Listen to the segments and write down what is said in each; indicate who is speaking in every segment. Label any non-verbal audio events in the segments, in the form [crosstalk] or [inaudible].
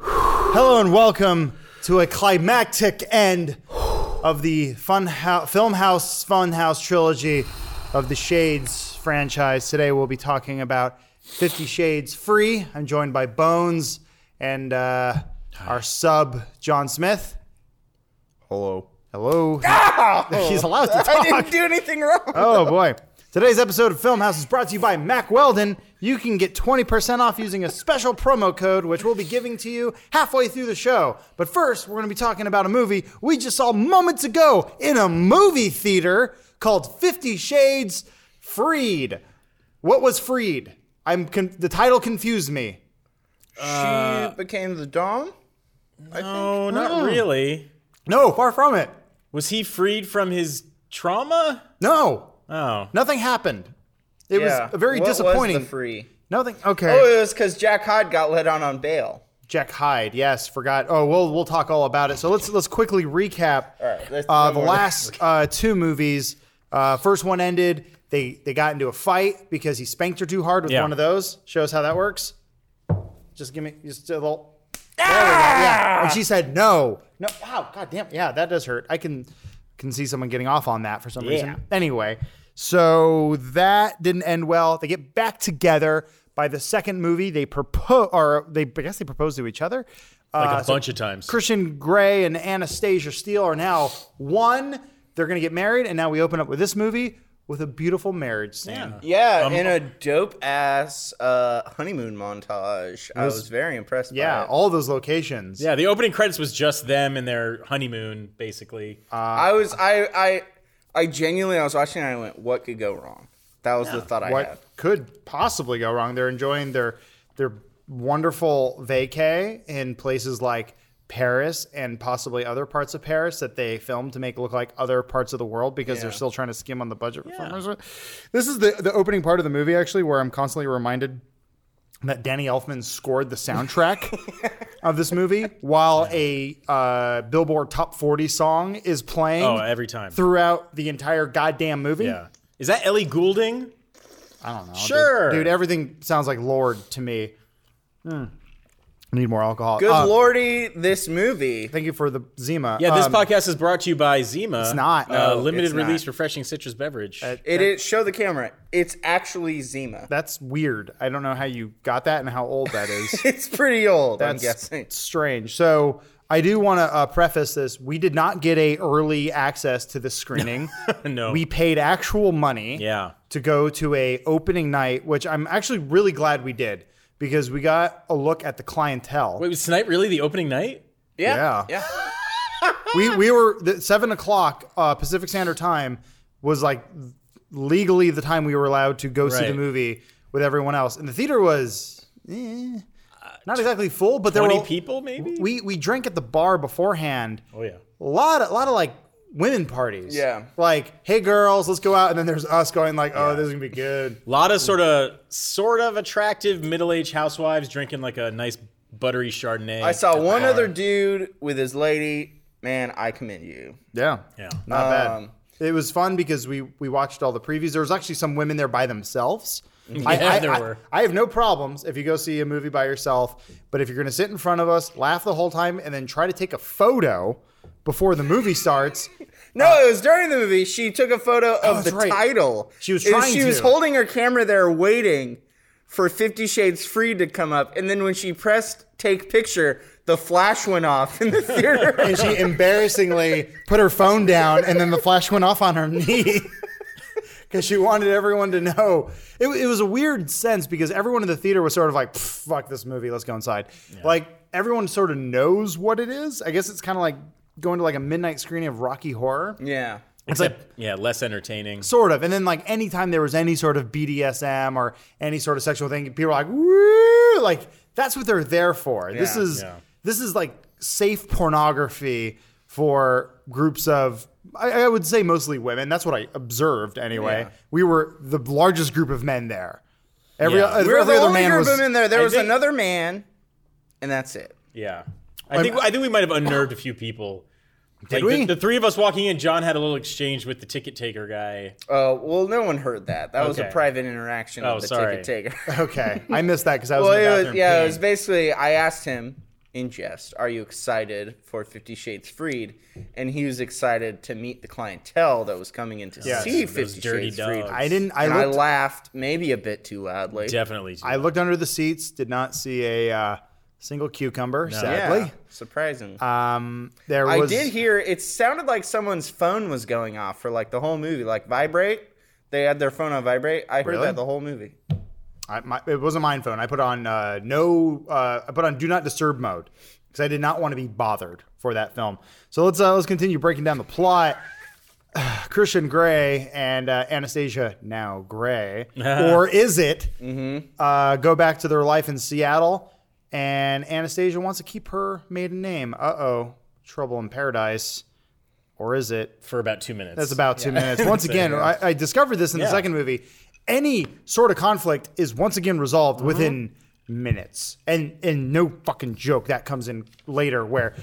Speaker 1: Hello and welcome to a climactic end of the Fun Ho- Film House Fun House trilogy of the Shades franchise. Today we'll be talking about Fifty Shades Free. I'm joined by Bones and uh, our sub John Smith.
Speaker 2: Hello.
Speaker 1: Hello. [laughs] He's allowed to talk.
Speaker 3: I didn't do anything wrong.
Speaker 1: Oh boy. Today's episode of Film House is brought to you by Mac Weldon. You can get 20% off using a special promo code, which we'll be giving to you halfway through the show. But first, we're going to be talking about a movie we just saw moments ago in a movie theater called Fifty Shades Freed. What was freed? I'm con- the title confused me.
Speaker 3: she became the Dom?
Speaker 2: No, not really.
Speaker 1: No, far from it.
Speaker 2: Was he freed from his trauma?
Speaker 1: No,
Speaker 2: Oh.
Speaker 1: nothing happened. It
Speaker 3: yeah.
Speaker 1: was very
Speaker 3: What was the
Speaker 1: disappointing.
Speaker 3: free.
Speaker 1: nothing. Okay.
Speaker 3: Oh, it was because Jack Hyde got let out on bail.
Speaker 1: Jack Hyde, yes, forgot. Oh, we'll we'll talk all about it. So let's let's quickly recap
Speaker 3: right, let's do
Speaker 1: uh,
Speaker 3: one
Speaker 1: the
Speaker 3: more.
Speaker 1: last uh, two movies. Uh, first one ended. They they got into a fight because he spanked her too hard with
Speaker 2: Yeah.
Speaker 1: one of those. Shows how that works. Just give me just a little. There we go. Yeah. And she said no, no. Wow, goddamn. Yeah, that does hurt. I can can see someone getting off on that for some reason. Anyway, so that didn't end well. They get back together by the second movie. They propose, or they I guess they propose to each other.
Speaker 2: Like
Speaker 1: Uh,
Speaker 2: a
Speaker 1: so
Speaker 2: bunch of times.
Speaker 1: Christian Grey and Anastasia Steele are now one. They're going to get married, and now we open up with this movie with a beautiful marriage scene.
Speaker 3: Yeah,
Speaker 2: Um,
Speaker 3: in a dope ass uh, honeymoon montage. I was very impressed.
Speaker 1: Yeah, uh,
Speaker 3: by it.
Speaker 1: all those locations.
Speaker 2: yeah, the opening credits was just them and their honeymoon, basically.
Speaker 3: I was. I. I. I genuinely. I was watching. and I went, "What could go wrong?" That was the thought I
Speaker 1: what
Speaker 3: had.
Speaker 1: could possibly go wrong? They're enjoying their their wonderful vacay in places like Paris and possibly other parts of Paris that they filmed to make look like other parts of the world because they're
Speaker 2: Yeah.
Speaker 1: still trying to skim on the budget. Yeah. This is the the opening part of the movie actually where I'm constantly reminded that Danny Elfman scored the
Speaker 2: [laughs]
Speaker 1: soundtrack of this movie while a uh, Billboard Top 40 song is playing
Speaker 2: oh, every time.
Speaker 1: throughout the entire goddamn movie.
Speaker 2: yeah. Is that Ellie Goulding?
Speaker 1: I don't know. dude.
Speaker 2: Sure.
Speaker 1: Dude, everything sounds like Lord to me. I need more alcohol.
Speaker 3: Good
Speaker 1: Uh,
Speaker 3: lordy, this movie.
Speaker 1: Thank you for the Zima.
Speaker 2: Yeah, this
Speaker 1: Um,
Speaker 2: podcast is brought to you by Zima. It's
Speaker 1: not.
Speaker 2: Uh,
Speaker 1: No,
Speaker 2: limited
Speaker 3: it's not.
Speaker 2: release refreshing citrus beverage.
Speaker 3: It is. Show the camera. It's actually Zima. [laughs]
Speaker 1: That's weird. I don't know how you got that and how old that
Speaker 2: [laughs]
Speaker 1: is.
Speaker 3: It's pretty old. I'm
Speaker 1: That's
Speaker 3: guessing.
Speaker 1: strange. So I do want to uh, preface this. We did not get a early access to this screening.
Speaker 2: [laughs] [laughs] No.
Speaker 1: We paid actual money.
Speaker 2: yeah.
Speaker 1: to go to a opening night, which I'm actually really glad we did because we got a look at the clientele.
Speaker 2: Wait, was tonight really the opening night?
Speaker 1: Yeah.
Speaker 3: Yeah. Yeah.
Speaker 1: we we were the seven o'clock uh, Pacific Standard Time was like legally the time we were allowed to go see the
Speaker 2: Right.
Speaker 1: movie with everyone else, and the theater was eh, not exactly full, but there
Speaker 2: 20
Speaker 1: were
Speaker 2: people, maybe?
Speaker 1: We we drank at the bar beforehand.
Speaker 2: oh, yeah.
Speaker 1: A lot a lot of like women parties.
Speaker 3: Yeah.
Speaker 1: like hey girls, let's go out, and then there's us going like, oh, this is gonna be good.
Speaker 2: A lot of sort of, sort of attractive middle-aged housewives drinking like a nice buttery Chardonnay.
Speaker 3: I saw one other dude with his lady. Man, I commend you.
Speaker 1: Yeah,
Speaker 2: Yeah.
Speaker 1: not
Speaker 3: Um,
Speaker 1: bad. It was fun because we we watched all the previews. There was actually some women there by themselves. I,
Speaker 2: [laughs] Yeah,
Speaker 1: I-
Speaker 2: there
Speaker 1: I-
Speaker 2: were.
Speaker 1: I have no problems if you go see a movie by yourself, but if you're going to sit in front of us, laugh the whole time, and then try to take a photo before the movie starts,
Speaker 3: No, it was during the movie. She took a photo of
Speaker 1: Uh, Oh, that's
Speaker 3: the
Speaker 1: right.
Speaker 3: title.
Speaker 1: She was
Speaker 3: It
Speaker 1: trying
Speaker 3: She was
Speaker 1: to.
Speaker 3: holding her camera there, waiting for Fifty Shades Free to come up, and then when she pressed take picture, the flash went off in
Speaker 1: [laughs]
Speaker 3: the theater.
Speaker 1: and she embarrassingly put her phone down, and then the flash went off on her [laughs] knee. Because she wanted everyone to know. It, it was a weird sense because everyone in the theater was sort of like, "Pff, fuck this movie, let's go inside. Like, everyone sort of knows what it is. I guess it's kind of like going to like a midnight screening of Rocky Horror.
Speaker 3: yeah.
Speaker 1: It's like,
Speaker 2: Yeah, less entertaining.
Speaker 1: sort of. And then, like, anytime there was any sort of BDSM or any sort of sexual thing, people were like, woo! Like, that's what they're there for. This
Speaker 3: Yeah.
Speaker 1: is,
Speaker 2: Yeah.
Speaker 1: this is like safe pornography for groups of, I, I would say mostly women. That's what I observed anyway.
Speaker 3: Yeah.
Speaker 1: We were the largest group of men there. Every,
Speaker 2: Yeah.
Speaker 1: every
Speaker 3: There was
Speaker 1: other
Speaker 3: the only
Speaker 1: man
Speaker 3: group
Speaker 1: was.
Speaker 3: of men there. There
Speaker 2: I
Speaker 3: was
Speaker 2: think-
Speaker 3: another man, and that's it.
Speaker 2: Yeah, I think I think we might have unnerved a few people
Speaker 1: Did
Speaker 2: like
Speaker 1: we?
Speaker 2: The, the three of us walking in, John had a little exchange with the ticket taker guy.
Speaker 3: Uh, well, no one heard that. That was a
Speaker 2: Okay.
Speaker 3: private interaction
Speaker 2: Oh,
Speaker 3: of the
Speaker 2: sorry.
Speaker 3: ticket taker.
Speaker 1: okay, I missed that because I was
Speaker 3: well,
Speaker 1: in the
Speaker 3: it was,
Speaker 1: bathroom
Speaker 3: yeah,
Speaker 1: peeing.
Speaker 3: it was basically I asked him in jest, "Are you excited for Fifty Shades Freed?" And he was excited to meet the clientele that was coming in to
Speaker 1: Yes,
Speaker 3: see
Speaker 2: those
Speaker 3: Fifty
Speaker 2: dirty
Speaker 3: Shades Freed.
Speaker 2: dogs.
Speaker 1: I didn't. I
Speaker 3: and I
Speaker 1: looked.
Speaker 3: laughed, maybe a bit too loudly.
Speaker 2: Definitely.
Speaker 1: I looked under the seats. Did not see a uh, single cucumber.
Speaker 3: yeah,
Speaker 1: Sadly,
Speaker 3: surprising.
Speaker 1: um, there
Speaker 3: I
Speaker 1: was.
Speaker 3: did hear it sounded like someone's phone was going off for like the whole movie, like vibrate. They had their phone on vibrate. I heard
Speaker 1: Really?
Speaker 3: that the whole movie.
Speaker 1: I, my, it wasn't my phone. I put on uh, no. Uh, I put on do not disturb mode because I did not want to be bothered for that film. So let's uh, let's continue breaking down the plot. [sighs] Christian Grey and uh, Anastasia now Grey, or is it? Uh, go back to their life in Seattle, and Anastasia wants to keep her maiden name. Uh oh, trouble in paradise, or is it?
Speaker 2: for about two minutes.
Speaker 1: That's about two
Speaker 2: [laughs]
Speaker 1: minutes. Once again, I, I discovered this in the
Speaker 2: Yeah.
Speaker 1: second movie. Any sort of conflict is once again resolved
Speaker 2: Uh-huh.
Speaker 1: within minutes, and and no fucking joke that comes in later. Where,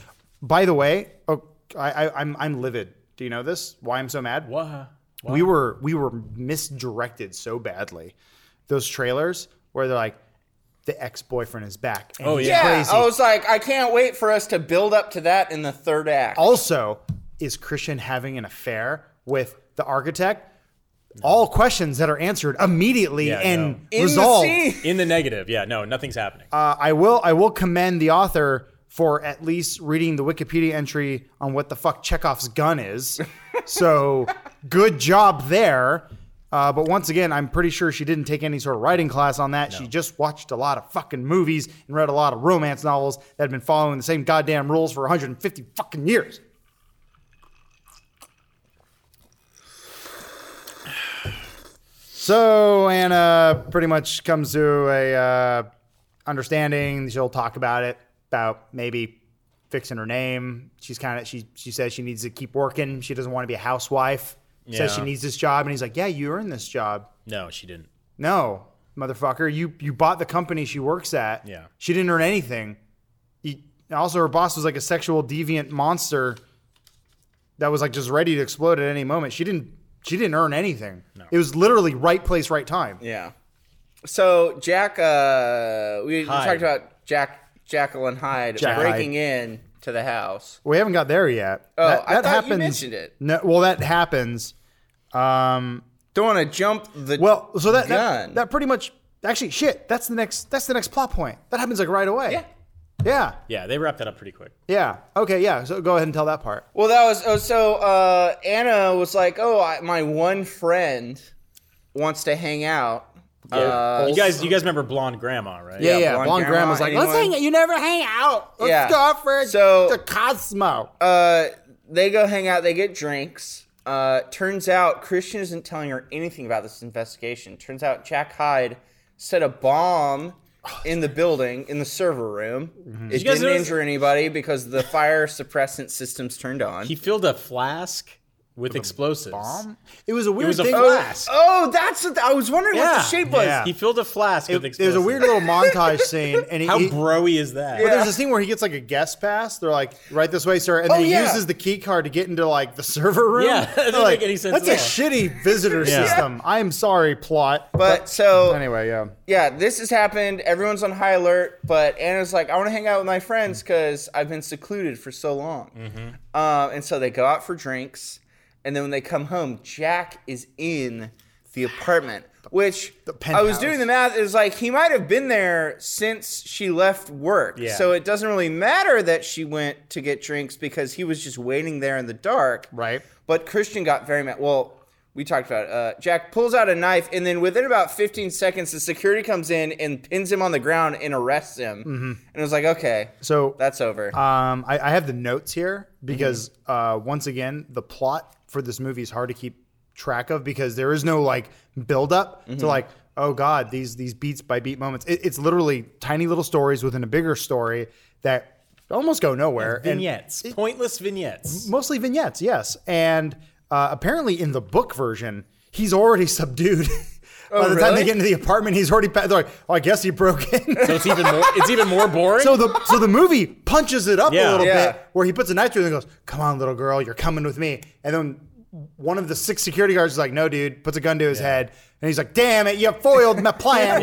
Speaker 1: by the way, oh, I, I I'm I'm livid. Do you know this? Why I'm so mad?
Speaker 2: Wha- wha-
Speaker 1: We were we were misdirected so badly. Those trailers where they're like, the ex boyfriend is back. And
Speaker 2: Oh,
Speaker 1: he's
Speaker 2: yeah.
Speaker 3: Yeah,
Speaker 1: crazy.
Speaker 3: I was like, I can't wait for us to build up to that in the third act.
Speaker 1: Also, is Christian having an affair with the architect? All questions that are answered immediately
Speaker 2: Yeah,
Speaker 1: and
Speaker 3: in
Speaker 1: resolved.
Speaker 3: the scene.
Speaker 2: in the negative. Yeah, no, nothing's happening.
Speaker 1: Uh, I will I will commend the author for at least reading the Wikipedia entry on what the fuck Chekhov's gun
Speaker 3: [laughs]
Speaker 1: is. So good job there. Uh, but once again, I'm pretty sure she didn't take any sort of writing class on that. She just watched a lot of fucking movies and read a lot of romance novels that have been following the same goddamn rules for 150 fucking years. So Anna pretty much comes to a uh, understanding. She'll talk about it about maybe fixing her name. She's kind of she she says she needs to keep working. She doesn't want to be a housewife. Says she
Speaker 2: Yeah.
Speaker 1: needs this job, and he's like, "Yeah, you earned this job."
Speaker 2: no, she didn't.
Speaker 1: No, motherfucker, you you bought the company she works at.
Speaker 2: Yeah.
Speaker 1: she didn't earn anything. He, also, her boss was like a sexual deviant monster that was like just ready to explode at any moment. She didn't she didn't earn anything. It was literally right place, right time.
Speaker 3: Yeah. So Jack, uh, we we
Speaker 2: Hyde.
Speaker 3: talked about Jack, Jacqueline Hyde
Speaker 1: Jack
Speaker 3: breaking in to the house.
Speaker 1: We haven't got there yet.
Speaker 3: Oh, I thought you mentioned it.
Speaker 1: No, well, that happens. Um,
Speaker 3: Don't want to jump the.
Speaker 1: well, so that, that
Speaker 3: Gun.
Speaker 1: that pretty much actually shit. That's the next. That's the next plot point. That happens like right away.
Speaker 3: Yeah.
Speaker 1: Yeah.
Speaker 2: Yeah, they wrapped that up pretty quick.
Speaker 1: Yeah. Okay. Yeah. So go ahead and tell that part.
Speaker 3: Well, that was oh, so uh, Anna was like, "Oh, I, my one friend wants to hang out." Yeah, uh,
Speaker 2: you guys, you guys remember Blonde Grandma, right?
Speaker 1: Yeah. Yeah.
Speaker 3: Blonde
Speaker 1: Blonde
Speaker 3: Grandma,
Speaker 1: grandma's like, let's
Speaker 3: anyone?
Speaker 1: hang. You never hang out. Let's
Speaker 3: Yeah.
Speaker 1: go out for
Speaker 3: So-
Speaker 1: the Cosmo.
Speaker 3: uh, they go hang out. They get drinks. Uh, turns out Christian isn't telling her anything about this investigation. Turns out Jack Hyde set a bomb in the building in the server room. It
Speaker 2: Mm-hmm. you guys
Speaker 3: didn't
Speaker 2: notice-
Speaker 3: injure anybody because the fire suppressant systems turned on.
Speaker 2: He filled a flask with, explosives.
Speaker 1: Um, it was a weird
Speaker 2: was a
Speaker 1: thing.
Speaker 2: flash.
Speaker 3: oh, that's what I was wondering what
Speaker 2: Yeah.
Speaker 3: the shape was.
Speaker 1: Yeah.
Speaker 2: He filled a flask with
Speaker 1: Oh, It,
Speaker 2: explosives.
Speaker 1: there's a weird little montage scene, and he,
Speaker 2: How
Speaker 1: he-
Speaker 2: broy is that?
Speaker 1: But there's a scene where he gets like a guest pass. They're like, right this way, sir. And
Speaker 3: Oh,
Speaker 1: then he
Speaker 3: yeah.
Speaker 1: uses the key card to get into like the server room. [laughs]
Speaker 2: Yeah, [laughs] that doesn't
Speaker 1: They're like,
Speaker 2: make any sense
Speaker 1: That's
Speaker 2: at
Speaker 1: a
Speaker 2: all."
Speaker 1: shitty visitor
Speaker 2: Yeah.
Speaker 1: system. I am sorry, plot.
Speaker 3: But so
Speaker 1: anyway, yeah.
Speaker 3: yeah, this has happened. Everyone's on high alert, but Anna's like, I want to hang out with my friends because I've been secluded for so long. Uh, and so they go out for drinks, and then when they come home, Jack is in the apartment, which I was
Speaker 1: penthouse.
Speaker 3: doing the math. It was like he might have been there since she left work.
Speaker 2: Yeah.
Speaker 3: So it doesn't really matter that she went to get drinks because he was just waiting there in the dark.
Speaker 1: Right.
Speaker 3: But Christian got very mad. Well, we talked about it. Uh, Jack pulls out a knife, and then within about 15 seconds, the security comes in and pins him on the ground and arrests him.
Speaker 1: Mm-hmm.
Speaker 3: And it was like, okay,
Speaker 1: So
Speaker 3: that's over.
Speaker 1: um, I, I have the notes here because uh, once again, the plot for this movie is hard to keep track of because there is no like build up to like, oh god, these these beats by beat moments. It, it's literally tiny little stories within a bigger story that almost go nowhere. And-
Speaker 2: Vignettes, pointless vignettes.
Speaker 1: mostly vignettes, yes. And uh, apparently, in the book version, he's already [laughs] subdued By the time they
Speaker 3: really?
Speaker 1: get into the apartment, he's already. Pa- they're like, oh, I guess he broke in.
Speaker 2: So it's even more. It's even more boring.
Speaker 1: So the so the movie punches it up a
Speaker 2: Yeah.
Speaker 1: little
Speaker 3: Yeah.
Speaker 1: bit, where he puts a knife through and goes, "Come on, little girl, you're coming with me." And then one of the six security guards is like, "No, dude," puts a gun to his head, and he's like, "Damn it, you foiled my plan.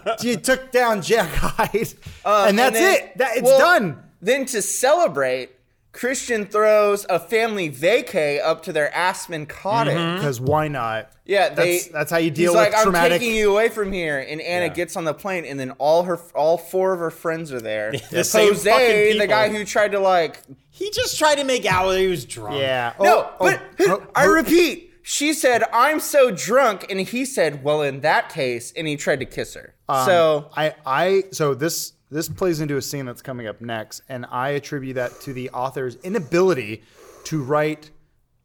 Speaker 1: [laughs] you took down Jack Hyde, and that's
Speaker 3: Uh, then-
Speaker 1: it. That it's
Speaker 3: well,
Speaker 1: done."
Speaker 3: Then to celebrate, Christian throws a family vacay up to their Aspen cottage.
Speaker 1: Because why not?
Speaker 3: Yeah, they,
Speaker 1: Mm-hmm. that's, that's how you deal
Speaker 3: he's
Speaker 1: with
Speaker 3: like, I'm
Speaker 1: traumatic.
Speaker 3: taking you away from here, and Anna gets on the plane, and then all her, all four of her friends are there.
Speaker 2: [laughs] The same
Speaker 3: Jose,
Speaker 2: fucking people.
Speaker 3: the guy who tried to like,
Speaker 2: he just tried to make out that he was drunk.
Speaker 1: yeah.
Speaker 3: no,
Speaker 1: Oh,
Speaker 3: but
Speaker 1: oh,
Speaker 3: I
Speaker 1: oh,
Speaker 3: repeat, she said, "I'm so drunk," and he said, "Well, in that case," and he tried to kiss her.
Speaker 2: Um,
Speaker 3: so
Speaker 1: I I so this this plays into a scene that's coming up next, and I attribute that to the author's inability to write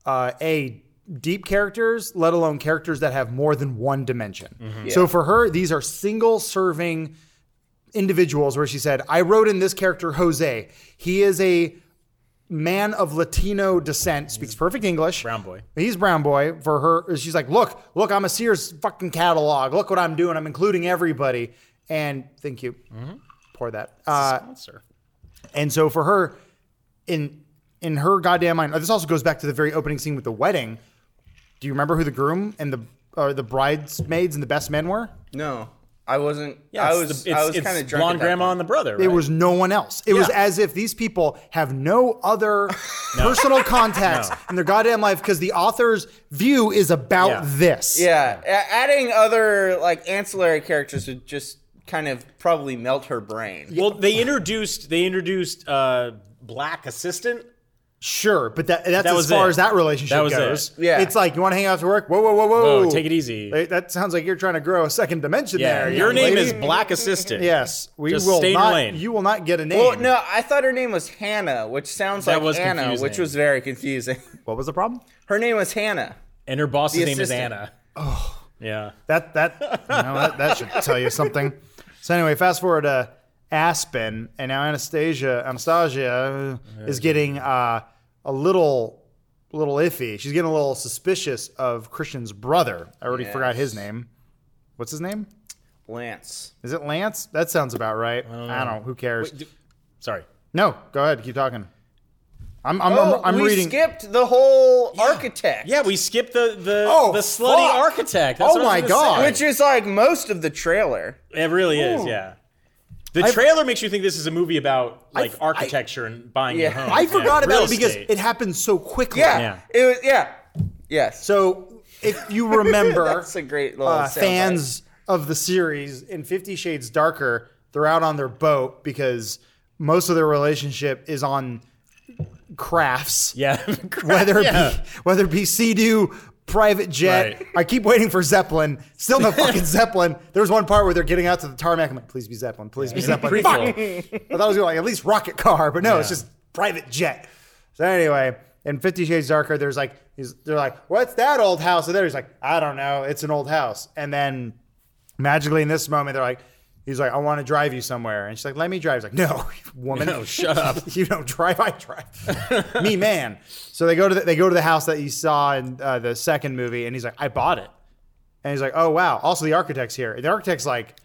Speaker 1: uh, a deep characters, let alone characters that have more than one dimension. So for her, these are single serving individuals where she said, I wrote in this character Jose. He is a man of Latino descent, speaks perfect English.
Speaker 2: Brown boy.
Speaker 1: He's brown boy for her. She's like, look, look, I'm a Sears fucking catalog. Look what I'm doing. I'm including everybody. And thank you.
Speaker 2: Mm-hmm.
Speaker 1: Pour that. Uh,
Speaker 2: Sponsor.
Speaker 1: and so for her, in in her goddamn mind, this also goes back to the very opening scene with the wedding. Do you remember who the groom and the or the bridesmaids and the best men were?
Speaker 3: no, I wasn't.
Speaker 2: Yeah,
Speaker 3: I
Speaker 2: it's
Speaker 3: was.
Speaker 2: the- it's,
Speaker 3: I was kind of drunk.
Speaker 2: Blonde
Speaker 3: at that
Speaker 2: grandma
Speaker 3: point.
Speaker 2: and the brother.
Speaker 1: It
Speaker 2: right?
Speaker 1: was no one else. It was
Speaker 2: Yeah.
Speaker 1: as if these people have no
Speaker 2: [laughs]
Speaker 1: other personal contacts in their goddamn life because the author's view is about
Speaker 2: Yeah.
Speaker 1: this.
Speaker 3: Yeah, a- adding other like ancillary characters would just kind of probably melt her brain.
Speaker 2: Well, they introduced they introduced uh, black assistant.
Speaker 1: Sure, but that that's
Speaker 2: That
Speaker 1: as
Speaker 2: was
Speaker 1: far
Speaker 2: it.
Speaker 1: as that relationship
Speaker 2: That was
Speaker 1: goes.
Speaker 2: it.
Speaker 3: Yeah.
Speaker 1: It's like you want to hang out to work? Whoa, whoa, whoa, whoa.
Speaker 2: Whoa, take it easy.
Speaker 1: Hey, That sounds like you're trying to grow a second dimension
Speaker 2: Yeah,
Speaker 1: there.
Speaker 2: your
Speaker 1: young
Speaker 2: name
Speaker 1: lady.
Speaker 2: is black assistant.
Speaker 1: Yes. We
Speaker 2: Just
Speaker 1: will
Speaker 2: stay in your
Speaker 1: not
Speaker 2: lane.
Speaker 1: you will not get a name.
Speaker 3: Well, no, I thought her name was Hannah, which sounds
Speaker 2: That
Speaker 3: like
Speaker 2: was
Speaker 3: Anna,
Speaker 2: confusing.
Speaker 3: which was very confusing. [laughs]
Speaker 1: What was the problem?
Speaker 3: Her name was Hannah.
Speaker 2: and her boss's
Speaker 3: The
Speaker 2: name is
Speaker 3: assistant.
Speaker 2: Anna. Oh, yeah.
Speaker 1: That that you know, that, that should tell you something. So anyway, fast forward to Aspen, and now Anastasia Anastasia uh, is getting uh, a little little iffy. She's getting a little suspicious of Christian's brother. I already forgot his name. What's his name?
Speaker 3: Lance.
Speaker 1: Is it Lance? That sounds about right. I don't know. Who cares?
Speaker 2: Wait, do- Sorry.
Speaker 1: no, go ahead. Keep talking. I'm I'm,
Speaker 3: Oh,
Speaker 1: I'm, I'm
Speaker 3: we
Speaker 1: reading.
Speaker 3: skipped the whole architect.
Speaker 2: Yeah, we skipped the the,
Speaker 1: Oh,
Speaker 2: the slutty
Speaker 1: fuck.
Speaker 2: architect.
Speaker 1: Oh
Speaker 2: That's what I
Speaker 1: my
Speaker 2: was gonna
Speaker 1: God.
Speaker 2: say.
Speaker 3: Which is like most of the trailer.
Speaker 2: It really is, yeah. The trailer makes you think this is a movie about like
Speaker 1: I-
Speaker 2: architecture and buying
Speaker 3: Yeah.
Speaker 2: your home.
Speaker 1: I
Speaker 2: Yeah,
Speaker 1: forgot about
Speaker 2: real
Speaker 1: it because
Speaker 2: estate.
Speaker 1: it happened so quickly.
Speaker 3: Yeah.
Speaker 2: Yeah.
Speaker 3: It was yeah. Yes. [laughs]
Speaker 1: So if you [laughs] remember,
Speaker 3: That's a great little
Speaker 1: uh,
Speaker 3: soundbite.
Speaker 1: fans of the series in Fifty Shades Darker, they're out on their boat because most of their relationship is on crafts,
Speaker 2: yeah, [laughs]
Speaker 1: [laughs] whether it
Speaker 2: Yeah.
Speaker 1: be whether it be Sea-Doo, private jet.
Speaker 2: Right.
Speaker 1: I keep waiting for Zeppelin. Still
Speaker 2: [laughs]
Speaker 1: no fucking Zeppelin. There was one part where they're getting out to the tarmac. I'm like, please be Zeppelin. Please be Zeppelin.
Speaker 2: Prequel.
Speaker 1: Fuck. I thought it was gonna, like at least rocket car, but no, it's
Speaker 2: Yeah.
Speaker 1: just private jet. So anyway, in Fifty Shades Darker, there's like he's, they're like, "What's that old house?" And there he's like, "I don't know, it's an old house." And then magically in this moment, they're like, "He's like, I want to drive you somewhere," and she's like, "Let me drive." He's like, "No, [laughs] woman,
Speaker 2: No, shut up.
Speaker 1: [laughs] you don't drive, I drive. [laughs] me, man." So they go to the, they go to the house that you saw in uh, the second movie, and he's like, "I bought it," and he's like, "Oh wow." Also, the architect's here. The architect's like.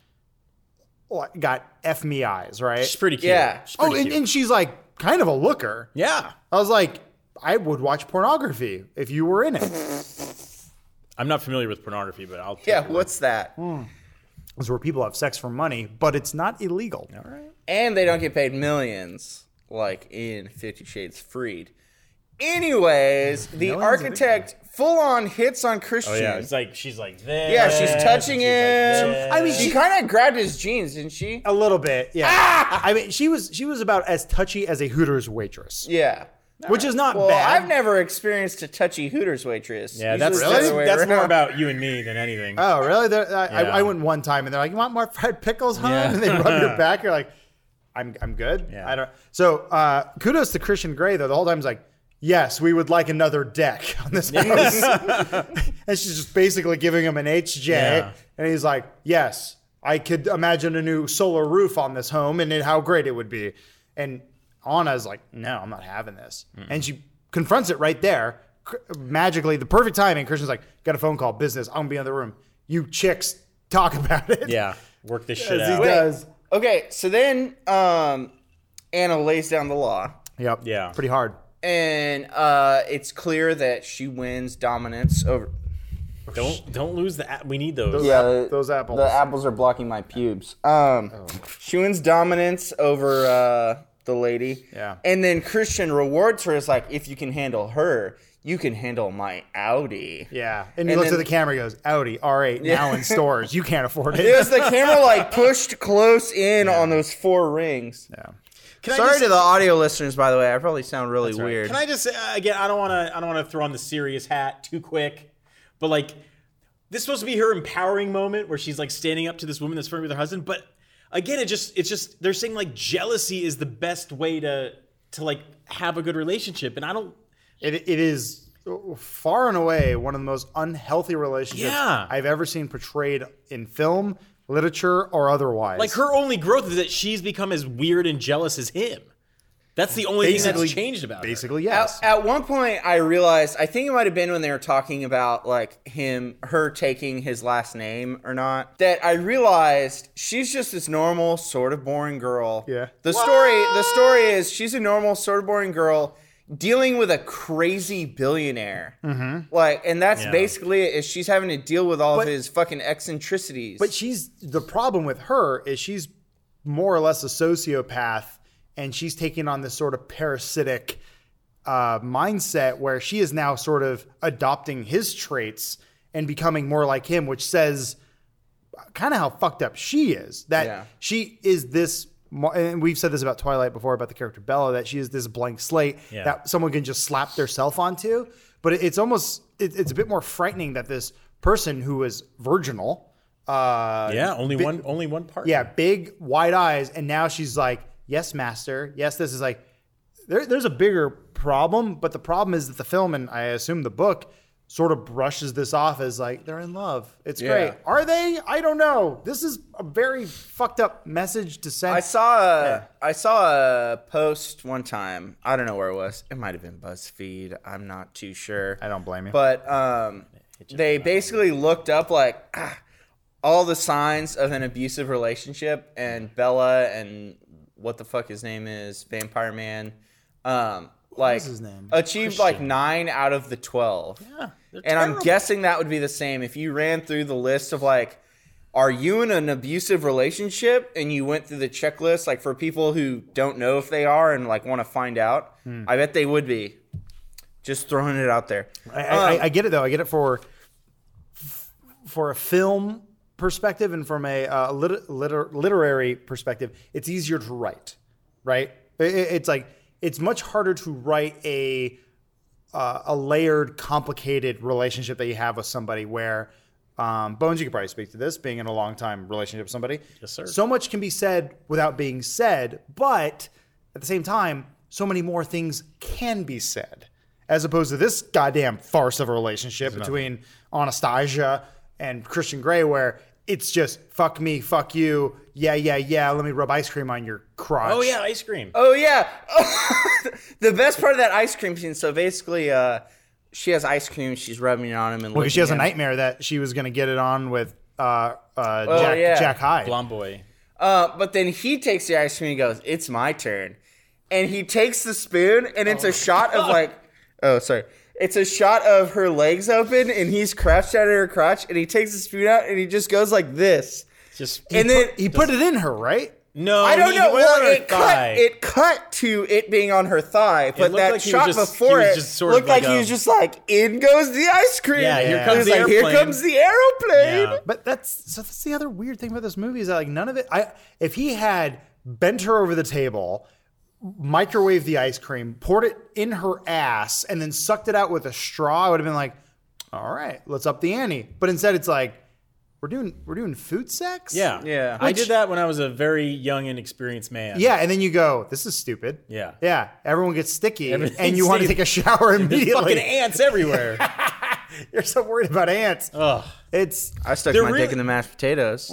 Speaker 1: Got f me eyes, right?
Speaker 2: she's pretty cute.
Speaker 3: Yeah.
Speaker 2: She's
Speaker 1: Oh,
Speaker 2: pretty
Speaker 1: and,
Speaker 2: cute.
Speaker 1: and she's like kind of a looker.
Speaker 2: yeah.
Speaker 1: I was like, I would watch pornography if you were in it. [laughs]
Speaker 2: I'm not familiar with pornography, but I'll. take
Speaker 3: Yeah,
Speaker 2: your word.
Speaker 3: what's that?
Speaker 1: It's where people have sex for money, but it's not illegal.
Speaker 3: and they don't get paid millions like in Fifty Shades Freed. Anyways, the architect full on hits on Christian.
Speaker 2: Oh, yeah, it's like she's like this.
Speaker 3: Yeah, she's touching
Speaker 2: and
Speaker 3: him.
Speaker 2: she's like Oh.
Speaker 1: I mean,
Speaker 3: she
Speaker 1: she,
Speaker 3: kind of grabbed his jeans, didn't she?
Speaker 1: a little bit, yeah.
Speaker 3: Ah!
Speaker 1: I mean, she was she was about as touchy as a Hooters waitress,
Speaker 3: Yeah.
Speaker 1: which is not
Speaker 3: Well,
Speaker 1: bad.
Speaker 3: I've never experienced a touchy Hooters waitress.
Speaker 2: yeah,
Speaker 3: Usually
Speaker 2: that's
Speaker 3: it's the other
Speaker 2: that's,
Speaker 3: way
Speaker 2: that's more
Speaker 3: around.
Speaker 2: about you and me than anything.
Speaker 3: Uh,
Speaker 1: Oh, really? They're- I,
Speaker 2: Yeah.
Speaker 1: I, I went one time, and they're like, "You want more fried pickles, huh?"
Speaker 2: Yeah.
Speaker 1: And they rub [laughs] your back. You're like, "I'm, I'm good.
Speaker 2: Yeah.
Speaker 1: I don't." So, uh, kudos to Christian Grey though. The whole time he's like, "Yes, we would like another deck on [laughs] this house," [laughs] and she's just basically giving him an HJ,
Speaker 2: Yeah.
Speaker 1: and he's like, "Yes, I could imagine a new solar roof on this home, and it, how great it would be." And Anna's like, "No, I'm not having this,"
Speaker 2: Mm-hmm.
Speaker 1: and she confronts it right there. Cr- Magically, the perfect timing. Christian's like, "Got a phone call, business. I'm gonna be in the room." you chicks talk about it.
Speaker 2: Yeah, work this shit
Speaker 1: As [laughs] he
Speaker 2: out.
Speaker 1: does.
Speaker 3: Okay, so then um, Anna lays down the law,
Speaker 1: Yep.
Speaker 2: Yeah.
Speaker 1: Pretty hard.
Speaker 3: and uh, it's clear that she wins dominance over. uh,
Speaker 2: Don't don't lose the. app. We need those.
Speaker 1: Yeah, the- those apples. Oh.
Speaker 3: The apples are blocking my pubes. Um, she wins dominance over uh, the lady.
Speaker 1: Yeah.
Speaker 3: And then Christian rewards her as like, if you can handle her, you can handle my Audi.
Speaker 1: Yeah. And he
Speaker 3: And
Speaker 1: looks
Speaker 3: then-
Speaker 1: at the camera and goes, Audi R8 now in stores. You can't [laughs] afford
Speaker 3: It
Speaker 1: it.
Speaker 3: was the
Speaker 1: [laughs]
Speaker 3: camera like pushed close in on those four rings.
Speaker 1: yeah.
Speaker 2: Can I
Speaker 3: Sorry
Speaker 2: just-
Speaker 3: to the audio listeners, by the way. I probably sound really
Speaker 2: Sorry.
Speaker 3: weird.
Speaker 2: Can I just uh, again? I don't want to. I don't want to throw on the serious hat too quick, but like this is supposed to be her empowering moment where she's like standing up to this woman that's flirting with her husband. But again, it just it's just they're saying like jealousy is the best way to to like have a good relationship, and I don't.
Speaker 1: It, it is far and away one of the most unhealthy relationships
Speaker 2: Yeah.
Speaker 1: I've ever seen portrayed in film, literature, or otherwise.
Speaker 2: Like her only growth is that she's become as weird and jealous as him. That's the only thing
Speaker 1: Basically-
Speaker 2: that's changed about her.
Speaker 1: Basically,
Speaker 3: At,
Speaker 1: yes.
Speaker 3: at one point, I realized I think it might have been when they were talking about like him, her taking his last name or not. That I realized she's just this normal, sort of boring girl.
Speaker 1: Yeah.
Speaker 3: The story, the story is she's a normal, sort of boring girl dealing with a crazy billionaire. Mm-hmm. Like, and that's
Speaker 2: Yeah.
Speaker 3: basically it. Is she's having to deal with all
Speaker 1: But-
Speaker 3: of his fucking eccentricities.
Speaker 1: But she's the problem with her is she's more or less a sociopath, and she's taking on this sort of parasitic uh, mindset where she is now sort of adopting his traits and becoming more like him, which says kind of how fucked up she is. That
Speaker 3: Yeah.
Speaker 1: she is this. mo- And we've said this about Twilight before about the character Bella that she is this blank slate
Speaker 2: Yeah.
Speaker 1: that someone can just slap their self onto. But it- it's almost it, it's a bit more frightening that this person who is virginal, uh,
Speaker 2: yeah, only one only one part.
Speaker 1: yeah, big wide eyes, and now she's like, "Yes, master. Yes, this is like." There, there's a bigger problem, but the problem is that the film and I assume the book sort of brushes this off as like they're in love. It's
Speaker 3: Yeah.
Speaker 1: great. Are they? I don't know. This is a very fucked up message to send.
Speaker 3: I saw a, I saw a post one time. I don't know where it was. It might have been BuzzFeed. I'm not too sure.
Speaker 1: I don't blame you.
Speaker 3: But um, they basically looked up like ah, all the signs of an abusive relationship, and Bella and what the fuck his name is, Vampire Man. Um, like
Speaker 1: was his name?
Speaker 3: achieved like nine out of the twelve.
Speaker 2: Yeah, they're
Speaker 3: And I'm
Speaker 2: terrible.
Speaker 3: guessing that would be the same if you ran through the list of like, are you in an abusive relationship? And you went through the checklist, like for people who don't know if they are and like want to find out.
Speaker 1: Hmm.
Speaker 3: I bet they would be. Just throwing it out there. Um,
Speaker 1: I, I,
Speaker 3: uh,
Speaker 1: I- I get it though. I get it for for a film perspective and from a uh, lit- liter- literary perspective. It's easier to write, right? I- I- it's like it's much harder to write a uh, a layered, complicated relationship that you have with somebody where. Um, Bones, you could probably speak to this being in a long time relationship with somebody.
Speaker 2: Yes, sir.
Speaker 1: So much can be said without being said, but at the same time, so many more things can be said as opposed to this goddamn farce of a relationship between Anastasia and Christian Grey, where it's just fuck me, fuck you, yeah, yeah, yeah. Let me rub ice cream on your crotch.
Speaker 2: Oh yeah, ice cream.
Speaker 3: Oh yeah. [laughs] the best part of that ice cream scene. So basically, uh, she has ice cream. She's rubbing it on him and
Speaker 1: because she has a
Speaker 3: licking him.
Speaker 1: nightmare that she was going to get it on with uh, uh,
Speaker 2: Oh,
Speaker 1: Jack,
Speaker 3: yeah.
Speaker 1: Jack Hyde.
Speaker 2: Blonde boy.
Speaker 3: Uh, but then he takes the ice cream and goes, "It's my turn," and he takes the spoon and it's a shot of
Speaker 2: [laughs]
Speaker 3: like, oh sorry, it's a shot of her legs open and he's crouched out of her crotch and he takes the spoon out and he just goes like this,
Speaker 2: Just
Speaker 3: and then
Speaker 1: He put it in her, right?
Speaker 2: no,
Speaker 3: I don't
Speaker 2: he- he
Speaker 3: know.
Speaker 2: went
Speaker 3: Well,
Speaker 2: on her
Speaker 3: it
Speaker 2: thigh.
Speaker 3: cut. It cut to it being on her thigh, but
Speaker 2: looked
Speaker 3: that
Speaker 2: like he
Speaker 3: shot
Speaker 2: was just-
Speaker 3: before
Speaker 2: he was
Speaker 3: it
Speaker 2: just sort of
Speaker 3: looked like,
Speaker 2: like
Speaker 3: he
Speaker 2: a-
Speaker 3: was just like, "In goes the ice cream."
Speaker 2: Yeah, here
Speaker 3: He
Speaker 2: comes
Speaker 3: was
Speaker 2: the
Speaker 3: like,
Speaker 2: airplane.
Speaker 3: Here comes the aeroplane.
Speaker 2: Yeah.
Speaker 1: But that's so that's the other weird thing about this movie is that like none of it I if he had bent her over the table, microwaved the ice cream, poured it in her ass, and then sucked it out with a straw, I would have been like, All right, let's up the ante. But instead it's like, we're doing we're doing food sex?
Speaker 2: Yeah.
Speaker 3: Yeah.
Speaker 2: I
Speaker 1: Which-
Speaker 2: did that when I was a very young and experienced man.
Speaker 1: Yeah, and then you go, This is stupid.
Speaker 2: Yeah.
Speaker 1: Yeah. Everyone gets sticky and
Speaker 2: Everything's
Speaker 1: you want to
Speaker 2: sticky.
Speaker 1: take a
Speaker 2: [laughs]
Speaker 1: shower
Speaker 2: There's fucking
Speaker 1: immediately.
Speaker 2: ants everywhere.
Speaker 3: [laughs]
Speaker 1: You're so worried about ants.
Speaker 2: Ugh.
Speaker 1: It's
Speaker 3: I stuck
Speaker 2: They're
Speaker 3: my dick
Speaker 2: really-
Speaker 3: in the mashed potatoes.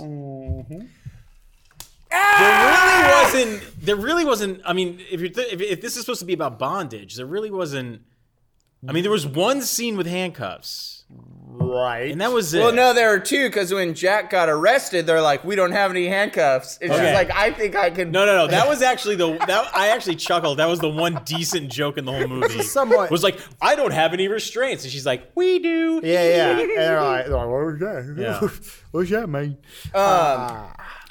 Speaker 2: There really wasn't. There really wasn't. I mean, if you're th- if, if this is supposed to be about bondage, there really wasn't. I mean, there was one scene with handcuffs, Right. And that was it.
Speaker 3: Well, no, there were two because when Jack got arrested, they're like, "We don't have any handcuffs." It's
Speaker 2: Okay.
Speaker 3: just like I think I can.
Speaker 2: No, no, no.
Speaker 3: [laughs]
Speaker 2: That was actually the that I actually chuckled. That was the one decent joke in the whole movie.
Speaker 1: Somewhat.
Speaker 2: was like, I don't have any restraints, and she's like, We do.
Speaker 1: Yeah, yeah. And
Speaker 2: [laughs]
Speaker 1: they're like, they're like, what was that?
Speaker 2: Yeah.
Speaker 1: [laughs] what was that, man?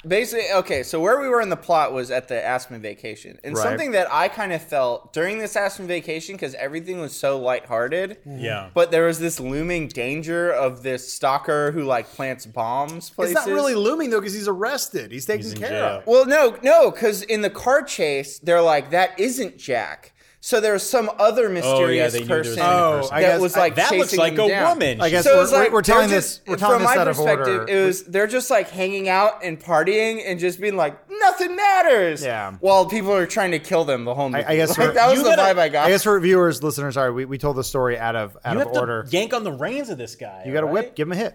Speaker 3: Basically, okay, so where we were in the plot was at the Aspen vacation. And
Speaker 2: Right.
Speaker 3: something that I kind of felt during this Aspen vacation, because everything was so lighthearted,
Speaker 2: Yeah.
Speaker 3: but there was this looming danger of this stalker who, like, plants bombs
Speaker 1: It's
Speaker 3: places.
Speaker 1: not really looming though, because he's arrested. He's taken
Speaker 2: He's in
Speaker 1: care
Speaker 2: jail.
Speaker 1: of.
Speaker 3: Well, no, no, because in the car chase, they're like, that isn't Jack. So there was some other mysterious
Speaker 2: Oh, they knew there was
Speaker 3: person
Speaker 2: another
Speaker 1: person. Oh, I
Speaker 3: that
Speaker 1: guess-
Speaker 3: was
Speaker 1: I-
Speaker 3: like
Speaker 2: that
Speaker 3: chasing
Speaker 2: looks like
Speaker 3: him
Speaker 2: a
Speaker 3: down.
Speaker 2: woman.
Speaker 1: I guess
Speaker 3: So
Speaker 1: we're,
Speaker 3: it's like
Speaker 1: we're, we're
Speaker 3: they're
Speaker 1: telling
Speaker 3: just-
Speaker 1: this. We're telling
Speaker 3: from
Speaker 1: this
Speaker 3: my
Speaker 1: out of
Speaker 3: perspective,
Speaker 1: order.
Speaker 3: It was they're just like hanging out and partying and just being like nothing matters.
Speaker 1: Yeah.
Speaker 3: While people are trying to kill them the whole movie.
Speaker 1: I guess
Speaker 3: Like,
Speaker 1: we're-
Speaker 3: that was
Speaker 2: you
Speaker 3: the
Speaker 2: gotta-
Speaker 3: vibe I got.
Speaker 1: I guess for viewers, listeners, sorry, we, we told the story out of out
Speaker 2: you
Speaker 1: of
Speaker 2: have
Speaker 1: order.
Speaker 2: to yank on the reins of this guy.
Speaker 1: you got a whip, give him a hit.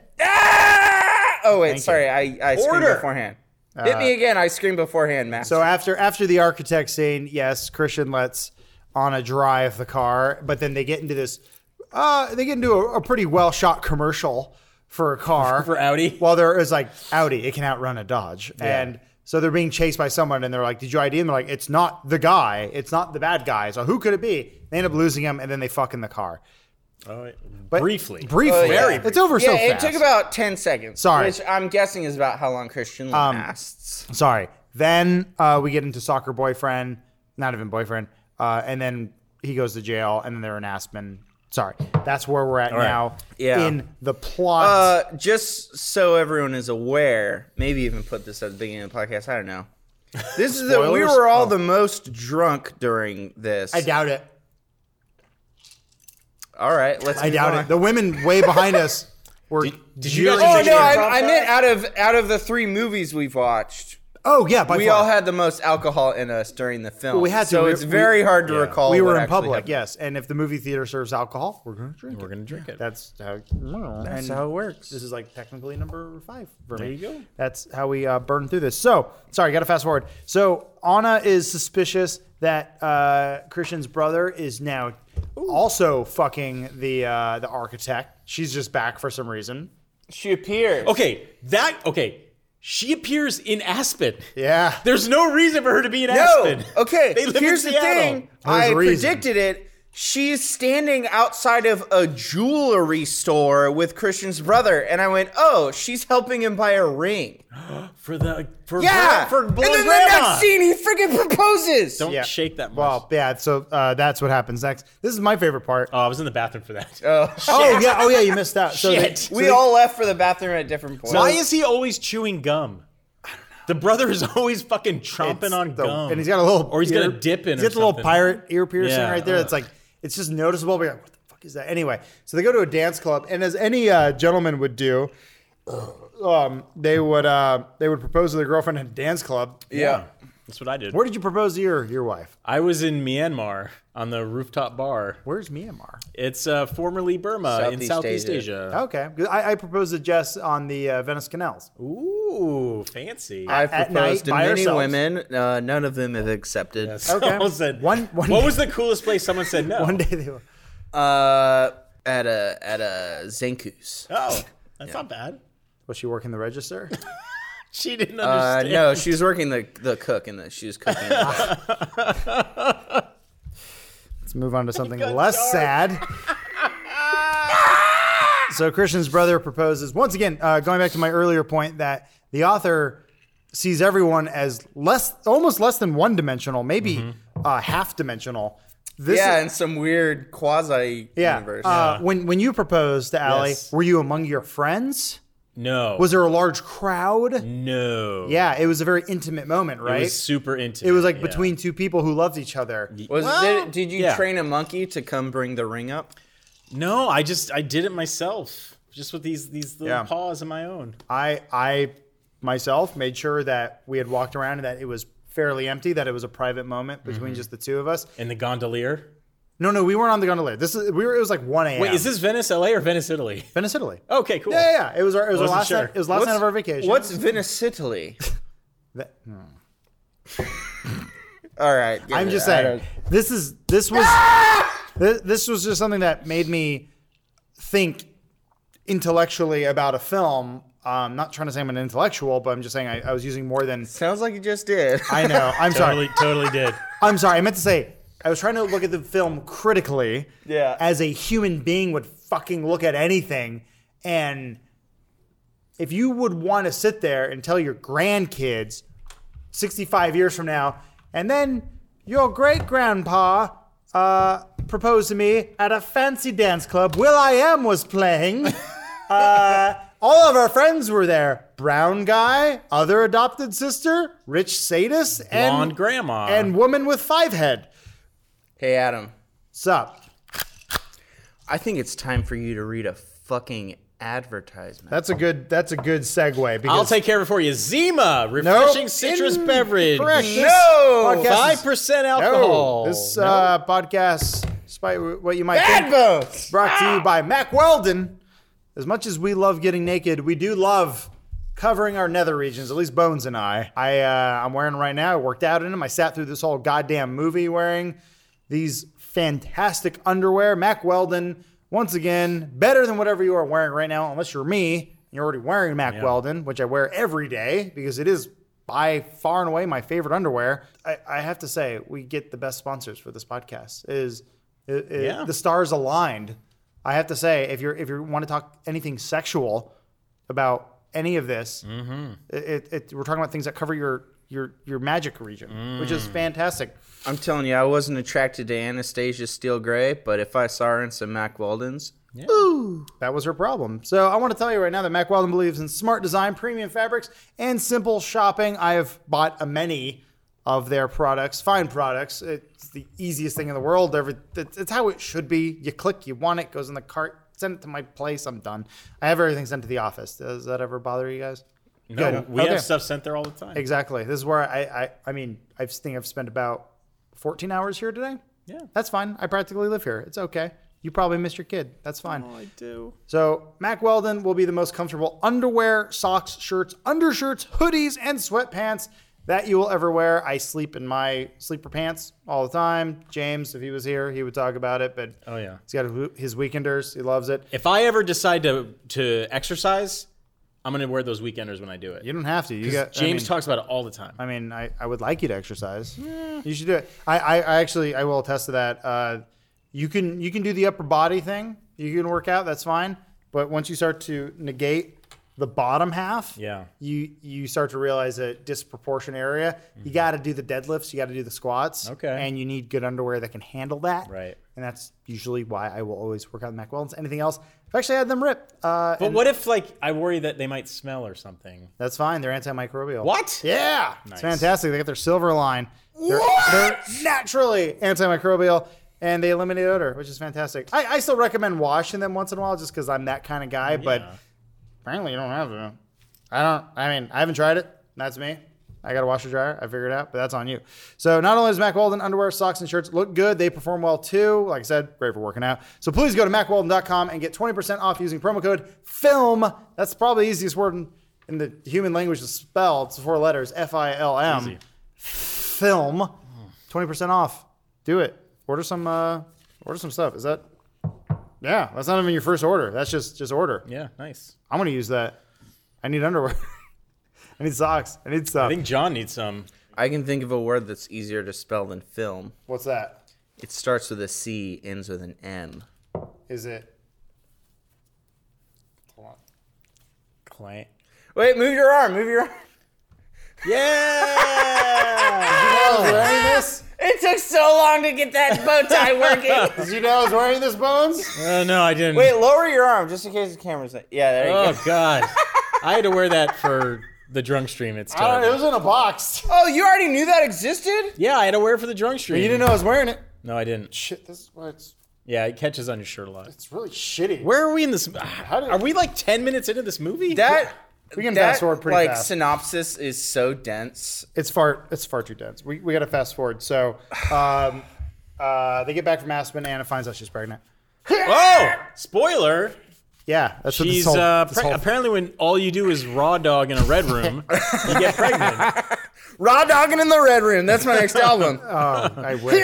Speaker 3: Ah! Oh wait,
Speaker 1: Thank Uh,
Speaker 3: sorry, I I screamed
Speaker 2: Order.
Speaker 3: beforehand. Hit me again. I screamed beforehand, Matt.
Speaker 1: So after after the architect saying yes, Christian lets Anna drive the car, but then they get into this. Uh, they get into a, a pretty well shot commercial for a
Speaker 2: [laughs]
Speaker 1: car
Speaker 2: For
Speaker 3: [laughs]
Speaker 2: Audi.
Speaker 1: Well, there is like Audi, it can outrun a Dodge, and so they're being chased by someone, and they're like, "Did you ID him?" They're like, "It's not the guy, it's not the bad guy." So who could it be? They end up losing him, and then they fuck in the car.
Speaker 2: All right.
Speaker 1: But
Speaker 2: briefly.
Speaker 1: briefly,
Speaker 3: Oh, yeah. Very
Speaker 1: it's over
Speaker 3: yeah,
Speaker 1: so
Speaker 3: it
Speaker 1: fast.
Speaker 3: took about ten seconds.
Speaker 1: Sorry. Um,
Speaker 3: which I'm guessing is about how long Christian lasts.
Speaker 1: Sorry. Then uh, we get into soccer boyfriend, not even boyfriend, uh, and then he goes to jail, and then they're in Aspen. Sorry, that's where we're at now
Speaker 3: Yeah.
Speaker 1: in the plot.
Speaker 3: Uh, just so everyone is aware, maybe even put this at the beginning of the podcast. I don't know. This is the, we
Speaker 1: Spoilers?
Speaker 3: were all
Speaker 1: Oh.
Speaker 3: the most drunk during this.
Speaker 1: I doubt it.
Speaker 3: all right, let's.
Speaker 1: I doubt it. The women way behind us were.
Speaker 2: [laughs] Did- did you guys
Speaker 1: jeering.
Speaker 3: Oh
Speaker 2: Is it
Speaker 3: no!
Speaker 2: your
Speaker 3: I,
Speaker 2: top
Speaker 3: I
Speaker 2: five?
Speaker 3: meant out of out of the three movies we've watched,
Speaker 1: Oh yeah, by
Speaker 3: we
Speaker 1: far.
Speaker 3: all had the most alcohol in us during the film.
Speaker 1: Well, we had to.
Speaker 3: so
Speaker 1: We-
Speaker 3: it's very
Speaker 1: we-
Speaker 3: hard to
Speaker 2: yeah.
Speaker 3: recall.
Speaker 1: we
Speaker 3: what
Speaker 1: were in
Speaker 3: actually
Speaker 1: public,
Speaker 3: happened.
Speaker 1: yes. And if the movie theater serves alcohol, we're gonna drink.
Speaker 2: We're
Speaker 1: it.
Speaker 2: gonna drink it.
Speaker 1: That's how.
Speaker 3: That's
Speaker 1: That's
Speaker 3: how it works.
Speaker 1: This is like technically number five for
Speaker 2: There
Speaker 1: me.
Speaker 2: you go.
Speaker 1: That's how we uh, burn through this. So, sorry, got to fast forward. So, Anna is suspicious that uh, Christian's brother is now also fucking the uh, the architect. She's just back for some reason.
Speaker 3: She appeared.
Speaker 2: Okay. That okay. She appears in Aspen.
Speaker 1: Yeah.
Speaker 2: There's no reason for her to be in
Speaker 3: No.
Speaker 2: Aspen.
Speaker 3: Okay.
Speaker 2: They live in
Speaker 3: Here's the
Speaker 2: Seattle.
Speaker 3: thing.
Speaker 1: There's
Speaker 3: I
Speaker 1: a reason.
Speaker 3: predicted it. She's standing outside of a jewelry store with Christian's brother, and I went, "Oh, she's helping him buy a ring."
Speaker 2: For the for
Speaker 3: Yeah.
Speaker 2: for
Speaker 3: and
Speaker 2: little
Speaker 3: then the
Speaker 2: grandma.
Speaker 3: next scene, he freaking proposes.
Speaker 2: Don't
Speaker 1: Yeah.
Speaker 2: shake that much.
Speaker 1: Well, yeah. So uh, that's what happens next. This is my favorite part.
Speaker 2: oh, I was in the bathroom for that.
Speaker 3: Oh.
Speaker 1: Oh yeah. Oh yeah. You missed that. So
Speaker 2: [laughs] Shit.
Speaker 1: so
Speaker 3: we all left for the bathroom at different points.
Speaker 2: Why is he always chewing gum? The brother is always fucking chomping
Speaker 1: it's
Speaker 2: on
Speaker 1: the-
Speaker 2: gum,
Speaker 1: and he's got a little,
Speaker 2: or he's got
Speaker 1: ear-
Speaker 2: a dip in.
Speaker 1: He's
Speaker 2: or
Speaker 1: got the little
Speaker 2: something.
Speaker 1: pirate ear piercing
Speaker 2: Yeah,
Speaker 1: right there.
Speaker 2: ugh.
Speaker 1: It's like it's just noticeable. We're like, what the fuck is that? Anyway, so they go to a dance club, and as any uh, gentleman would do, [clears throat] um, they would uh, they would propose to their girlfriend at a dance club.
Speaker 3: yeah.
Speaker 2: That's what I did.
Speaker 1: Where did you propose to your your wife?
Speaker 2: I was in Myanmar on the rooftop bar.
Speaker 1: Where's Myanmar?
Speaker 2: It's uh, formerly Burma in
Speaker 3: Southeast
Speaker 2: Southeast Asia.
Speaker 3: Asia.
Speaker 1: Okay, 'Cause I, I proposed to Jess on the uh, Venice canals.
Speaker 2: Ooh, fancy.
Speaker 3: I've
Speaker 1: At
Speaker 3: proposed
Speaker 1: night,
Speaker 3: to
Speaker 1: by
Speaker 3: many
Speaker 1: ourselves.
Speaker 3: women. Uh, none of them have accepted.
Speaker 1: okay.
Speaker 2: [laughs] Someone said,
Speaker 1: One- one-
Speaker 2: what was the coolest place someone said no?
Speaker 1: One day they were.
Speaker 3: Uh, at a at a Zenku's.
Speaker 1: [laughs]
Speaker 2: Oh, that's not bad.
Speaker 1: Was she working the register?
Speaker 2: She didn't
Speaker 3: Uh,
Speaker 2: [laughs] understand.
Speaker 3: no, she was working the the cook and the, she was cooking.
Speaker 2: [laughs]
Speaker 1: Let's move
Speaker 3: [laughs]
Speaker 1: on to something
Speaker 2: got
Speaker 1: less
Speaker 2: dark.
Speaker 1: sad. [laughs] so Christian's brother proposes once again, uh, going back to my earlier point that the author sees everyone as less, almost less than one dimensional, maybe
Speaker 2: Mm-hmm.
Speaker 1: uh, half dimensional. This
Speaker 3: yeah,
Speaker 1: is,
Speaker 3: in some weird quasi
Speaker 1: yeah.
Speaker 3: universe.
Speaker 1: Uh, When when you proposed to Allie,
Speaker 2: Yes.
Speaker 1: were you among your friends?
Speaker 2: no.
Speaker 1: Was there a large crowd?
Speaker 2: no.
Speaker 1: Yeah, it was a very intimate moment, right?
Speaker 2: Mm. It was super intimate.
Speaker 1: like
Speaker 2: yeah.
Speaker 1: between two people who loved each other.
Speaker 3: was
Speaker 2: Well,
Speaker 3: did, did you
Speaker 2: yeah.
Speaker 3: train a monkey to come bring the ring up?
Speaker 2: No, I just I did it myself, just with these these little
Speaker 1: Yeah.
Speaker 2: paws of my own.
Speaker 1: I I myself made sure that we had walked around and that it was fairly empty, that it was a private moment
Speaker 2: Mm-hmm.
Speaker 1: between just the two of us.
Speaker 2: And the gondolier.
Speaker 1: No, no, we weren't on the gondola. This is we were. It was like one a.m.
Speaker 2: Wait, is this Venice, LA, or Venice, Italy? [laughs]
Speaker 1: Venice, Italy?
Speaker 2: Okay, cool.
Speaker 1: Yeah, yeah, yeah. It was our. It was our
Speaker 2: Wasn't
Speaker 1: last.
Speaker 2: sure.
Speaker 1: Night, it was last night of our vacation.
Speaker 3: What's Venice
Speaker 1: [laughs]
Speaker 3: Italy?
Speaker 1: That- no.
Speaker 3: All right,
Speaker 1: I'm just saying. This is
Speaker 2: Ah!
Speaker 1: this was thi- this was just something that made me think. intellectually about a film. I'm not trying to say I'm an intellectual, but I'm just saying I, I was using more than
Speaker 3: Sounds like you just did.
Speaker 1: [laughs] I know.
Speaker 2: [laughs]
Speaker 1: I'm sorry.
Speaker 4: Totally, totally did.
Speaker 1: I'm sorry. I meant to say I was trying to look at the film critically.
Speaker 3: Yeah.
Speaker 1: As a human being would fucking look at anything, and if you would want to sit there and tell your grandkids, 65 years from now, and then your great grandpa uh, proposed to me at a fancy dance club. Will I Am was playing. Uh, all of our friends were there. Brown guy, other adopted sister, rich sadist, and
Speaker 2: Blonde grandma.
Speaker 1: and woman with five head.
Speaker 3: hey, Adam.
Speaker 1: Sup?
Speaker 3: I think it's time for you to read a fucking advertisement.
Speaker 1: That's a good. That's a good segue. Because
Speaker 2: I'll take care of it for you. Zima, refreshing citrus
Speaker 1: in-
Speaker 2: beverage. Mm.
Speaker 1: Correct. This
Speaker 3: No!
Speaker 1: podcast is-
Speaker 2: Five percent alcohol.
Speaker 1: No. This uh, podcast, despite what you might
Speaker 3: Bad
Speaker 1: think,
Speaker 3: votes.
Speaker 1: brought to
Speaker 2: Ah.
Speaker 1: you by Mac Weldon. As much as we love getting naked, we do love covering our nether regions. At least Bones and I. I uh, I'm wearing 'em right now. I worked out in them. I sat through this whole goddamn movie wearing these fantastic underwear. Mac Weldon, once again, better than whatever you are wearing right now, unless you're me. and You're already wearing Mac Weldon, which I wear every day because it is by far and away my favorite underwear. I, I have to say, we get the best sponsors for this podcast. It Is it- it-
Speaker 2: Yeah.
Speaker 1: the stars aligned? I have to say, if you're if you want to talk anything sexual about any of this,
Speaker 2: Mm-hmm.
Speaker 1: it, it, it, we're talking about things that cover your your your magic region, which
Speaker 2: Mm.
Speaker 1: is fantastic.
Speaker 3: I'm telling you, I wasn't attracted to Anastasia Steele Gray, but if I saw her in some Mac Weldon's,
Speaker 1: That was her problem. So I want to tell you right now that Mac Weldon believes in smart design, premium fabrics, and simple shopping. I have bought a many of their products, fine products. It's the easiest thing in the world. Every it's it's how it should be. You click, you want it, goes in the cart, send it to my place. I'm done. I have everything sent to the office. Does that ever bother you guys?
Speaker 2: No,
Speaker 1: Good.
Speaker 2: we
Speaker 1: Okay.
Speaker 2: have stuff sent there all the time.
Speaker 1: Exactly. This is where I, I, I mean, I think I've spent about 14 hours here today.
Speaker 2: Yeah.
Speaker 1: That's fine. I practically live here. It's okay. You probably missed your kid. That's fine.
Speaker 2: Oh, I do.
Speaker 1: So Mac Weldon will be the most comfortable underwear, socks, shirts, undershirts, hoodies, and sweatpants that you will ever wear. I sleep in my sleeper pants all the time. James, if he was here, he would talk about it, but
Speaker 2: Oh yeah.
Speaker 1: he's got his weekenders. He loves it.
Speaker 2: If I ever decide to to exercise, I'm gonna wear those weekenders when I do it.
Speaker 1: You don't have to. You got I
Speaker 2: James
Speaker 1: mean-
Speaker 2: talks about it all the time.
Speaker 1: I mean, I, I would like you to exercise. You should do it. I, I, I actually I will attest to that. Uh, you can you can do the upper body thing. You can work out. That's fine. But once you start to negate the bottom half,
Speaker 2: Yeah.
Speaker 1: you you start to realize a disproportion area. You got to do the deadlifts. You got to do the squats.
Speaker 2: Mm-hmm. Okay.
Speaker 1: And you need good underwear that can handle that.
Speaker 2: Right.
Speaker 1: And that's usually why I will always work out in Mac Weldons. Anything else? I've actually had them rip. Uh,
Speaker 2: But what if like I worry that they might smell or something?
Speaker 1: that's fine. They're antimicrobial.
Speaker 2: What?
Speaker 1: Yeah. It's fantastic. They got their silver line. They're,
Speaker 3: What?
Speaker 1: they're naturally antimicrobial and they eliminate odor, which is fantastic. I, I still recommend washing them once in a while just because I'm that kind of guy, but apparently you don't have to. I don't, I mean, I haven't tried it. That's me. I got a washer dryer. I figured it out, but that's on you. So not only does Mac Weldon underwear, socks, and shirts look good, they perform well too. Like I said, great for working out. So please go to MacWeldon.com and get 20% off using promo code FILM. That's probably the easiest word in in the human language to spell. It's four letters, F-I-L-M. Film. 20% off. Do it. Order some uh order some stuff. Is that yeah, that's not even your first order. That's just just order.
Speaker 2: Yeah, nice.
Speaker 1: I'm gonna use that. I need underwear. [laughs] I need socks. I need stuff.
Speaker 2: I think John needs some.
Speaker 3: I can think of a word that's easier to spell than film.
Speaker 1: What's that?
Speaker 3: It starts with a C, ends with an M.
Speaker 1: Is it
Speaker 2: Client.
Speaker 3: Wait, move your arm, move your arm.
Speaker 1: [laughs]
Speaker 2: Yeah.
Speaker 1: I was wearing this?
Speaker 3: It took so long to get that bow tie
Speaker 1: [laughs]
Speaker 3: working.
Speaker 1: Did you know I was wearing this bones? [laughs]
Speaker 2: oh no, I didn't.
Speaker 3: Wait, lower your arm just in case the camera's not. Yeah, there you go.
Speaker 2: Oh god. I had to wear that for the drunk
Speaker 1: [laughs]
Speaker 2: stream. It's
Speaker 1: I don't, Oh, it
Speaker 2: terrible.
Speaker 1: was in a box. [laughs]
Speaker 3: Oh, you already knew that existed?
Speaker 2: yeah, I had to wear it for the drunk stream.
Speaker 1: You didn't know I was wearing it.
Speaker 2: No, I didn't.
Speaker 1: Shit, this is why it's
Speaker 2: Yeah, it catches on your shirt a lot.
Speaker 1: it's really shitty.
Speaker 2: Where are we in this?
Speaker 1: did-
Speaker 2: are we like ten minutes into this movie?
Speaker 3: That
Speaker 1: We can
Speaker 3: that,
Speaker 1: fast forward pretty
Speaker 3: like
Speaker 1: fast.
Speaker 3: synopsis is so dense.
Speaker 1: it's far it's far too dense. We, we got to fast forward. So, um, [laughs] uh, they get back from Aspen. Anna finds out she's pregnant.
Speaker 2: oh, spoiler!
Speaker 1: Yeah, that's what this
Speaker 2: She's
Speaker 1: whole,
Speaker 2: uh,
Speaker 1: this
Speaker 2: pre-
Speaker 1: whole-
Speaker 2: apparently when all you do is raw dog in a red room,
Speaker 1: [laughs]
Speaker 2: you get pregnant.
Speaker 3: Raw dogging in the red room. That's my
Speaker 1: [laughs]
Speaker 3: next album.
Speaker 1: Oh,
Speaker 2: [laughs]
Speaker 1: I wish. What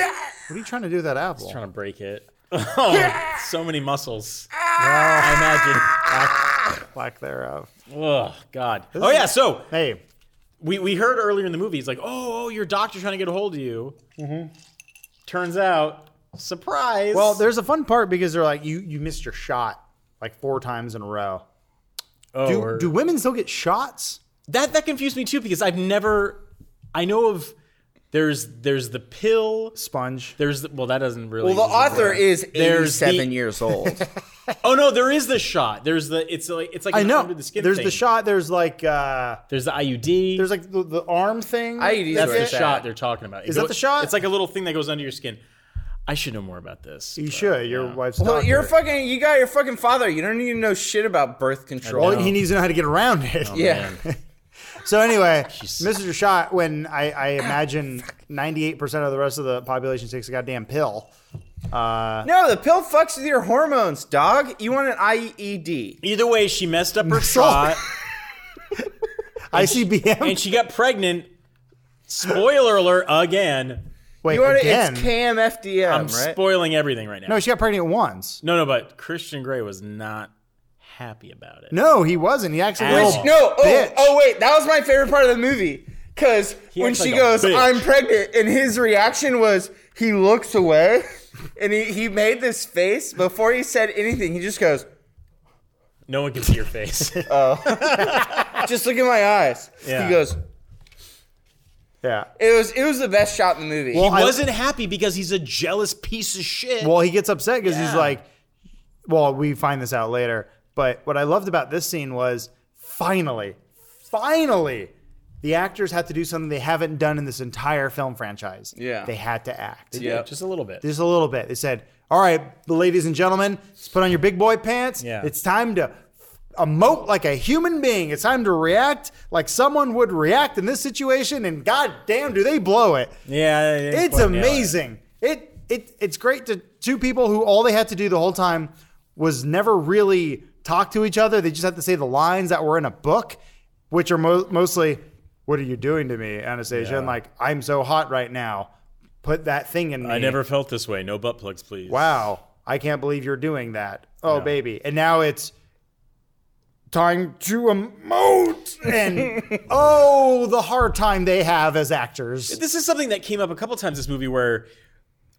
Speaker 1: are you trying to do with that apple?
Speaker 2: Trying to break it. Oh, so many muscles. I imagine.
Speaker 1: lack thereof.
Speaker 2: Oh God. Oh yeah. So
Speaker 1: Hey,
Speaker 2: we we heard earlier in the movie, it's like, oh, oh, your doctor's trying to get a hold of you. Mm-hmm. Turns out, surprise.
Speaker 1: well, there's a fun part because they're like, you you missed your shot like four times in a row.
Speaker 2: Oh,
Speaker 1: Do
Speaker 2: or-
Speaker 1: do women still get shots?
Speaker 2: that that confused me too because I've never, I know of. There's there's the pill.
Speaker 1: Sponge.
Speaker 2: There's the, well that doesn't really.
Speaker 3: Well, the author is
Speaker 2: There's the-
Speaker 3: 87
Speaker 1: [laughs]
Speaker 3: years old.
Speaker 2: Oh no, there is the shot. There's the it's like it's like
Speaker 1: I
Speaker 2: an
Speaker 1: know.
Speaker 2: under the skin.
Speaker 1: there's
Speaker 2: thing.
Speaker 1: the shot. There's like uh
Speaker 2: There's the IUD.
Speaker 1: there's like the, the arm thing.
Speaker 3: IUDs
Speaker 1: That's
Speaker 2: that's
Speaker 3: where
Speaker 2: the
Speaker 1: it.
Speaker 3: it's at.
Speaker 2: shot they're talking about. It
Speaker 1: Is that
Speaker 2: go-
Speaker 1: the shot?
Speaker 2: It's like a little thing that goes under your skin. I should know more about this.
Speaker 1: You should. Your wife's.
Speaker 3: well,
Speaker 1: doctor.
Speaker 3: you're fucking. You got your fucking father. You don't need to know shit about birth control.
Speaker 1: Well, he needs to know how to get around it.
Speaker 3: yeah.
Speaker 1: So anyway,
Speaker 2: Jeez.
Speaker 1: misses your shot when I, I imagine 98% of the rest of the population takes a goddamn pill.
Speaker 3: No, the pill fucks with your hormones, dog. You want an E IED.
Speaker 2: Either way, she messed up
Speaker 1: [laughs]
Speaker 2: her
Speaker 1: Sorry.
Speaker 2: shot
Speaker 1: ICBM.
Speaker 2: and she got pregnant. Spoiler alert again.
Speaker 1: Wait,
Speaker 3: You want
Speaker 1: again?
Speaker 3: It, it's KMFDM,
Speaker 2: I'm
Speaker 3: right?
Speaker 2: spoiling everything right now.
Speaker 1: no, she got pregnant once.
Speaker 2: no, no, but Christian Grey was not happy about it.
Speaker 1: No, he wasn't. He actually
Speaker 2: Which-
Speaker 1: was.
Speaker 3: No, oh,
Speaker 1: bitch.
Speaker 3: oh wait, that was my favorite part of the movie. Cause when
Speaker 2: acts
Speaker 3: she
Speaker 2: like a
Speaker 3: goes,
Speaker 2: bitch.
Speaker 3: I'm pregnant, and his reaction was he looks away [laughs] and he, he made this face before he said anything, he just goes, [laughs]
Speaker 2: No one can see
Speaker 1: [laughs]
Speaker 2: your face.
Speaker 3: Just look in my eyes.
Speaker 2: Yeah.
Speaker 3: He goes,
Speaker 1: Yeah.
Speaker 3: It was it was the best shot in the movie.
Speaker 1: Well,
Speaker 2: he
Speaker 1: I-
Speaker 2: wasn't happy because he's a jealous piece of shit.
Speaker 1: Well, he gets upset because he's
Speaker 2: Yeah.
Speaker 1: like, well, we find this out later. But what I loved about this scene was finally, finally, the actors had to do something they haven't done in this entire film franchise.
Speaker 3: Yeah.
Speaker 1: They had to act.
Speaker 3: Yeah.
Speaker 2: just a little bit.
Speaker 1: Just a little bit. They said, all right, ladies and gentlemen, let's put on your big boy pants.
Speaker 2: Yeah.
Speaker 1: It's time to emote like a human being. It's time to react like someone would react in this situation. And goddamn, do they blow it.
Speaker 2: yeah, they didn't
Speaker 1: It's
Speaker 2: quite nail it.
Speaker 1: amazing. It it it's great to two people who all they had to do the whole time was never really talk to each other. They just had to say the lines that were in a book, which are mo- mostly "What are you doing to me, Anastasia?" and
Speaker 2: Yeah.
Speaker 1: like "I'm so hot right now." Put that thing in me.
Speaker 2: I never felt this way. No butt plugs, please.
Speaker 1: Wow, I can't believe you're doing that. Oh baby, and now it's time to emote,
Speaker 2: [laughs]
Speaker 1: and oh the hard time they have as actors.
Speaker 2: This is something that came up a couple times in this movie where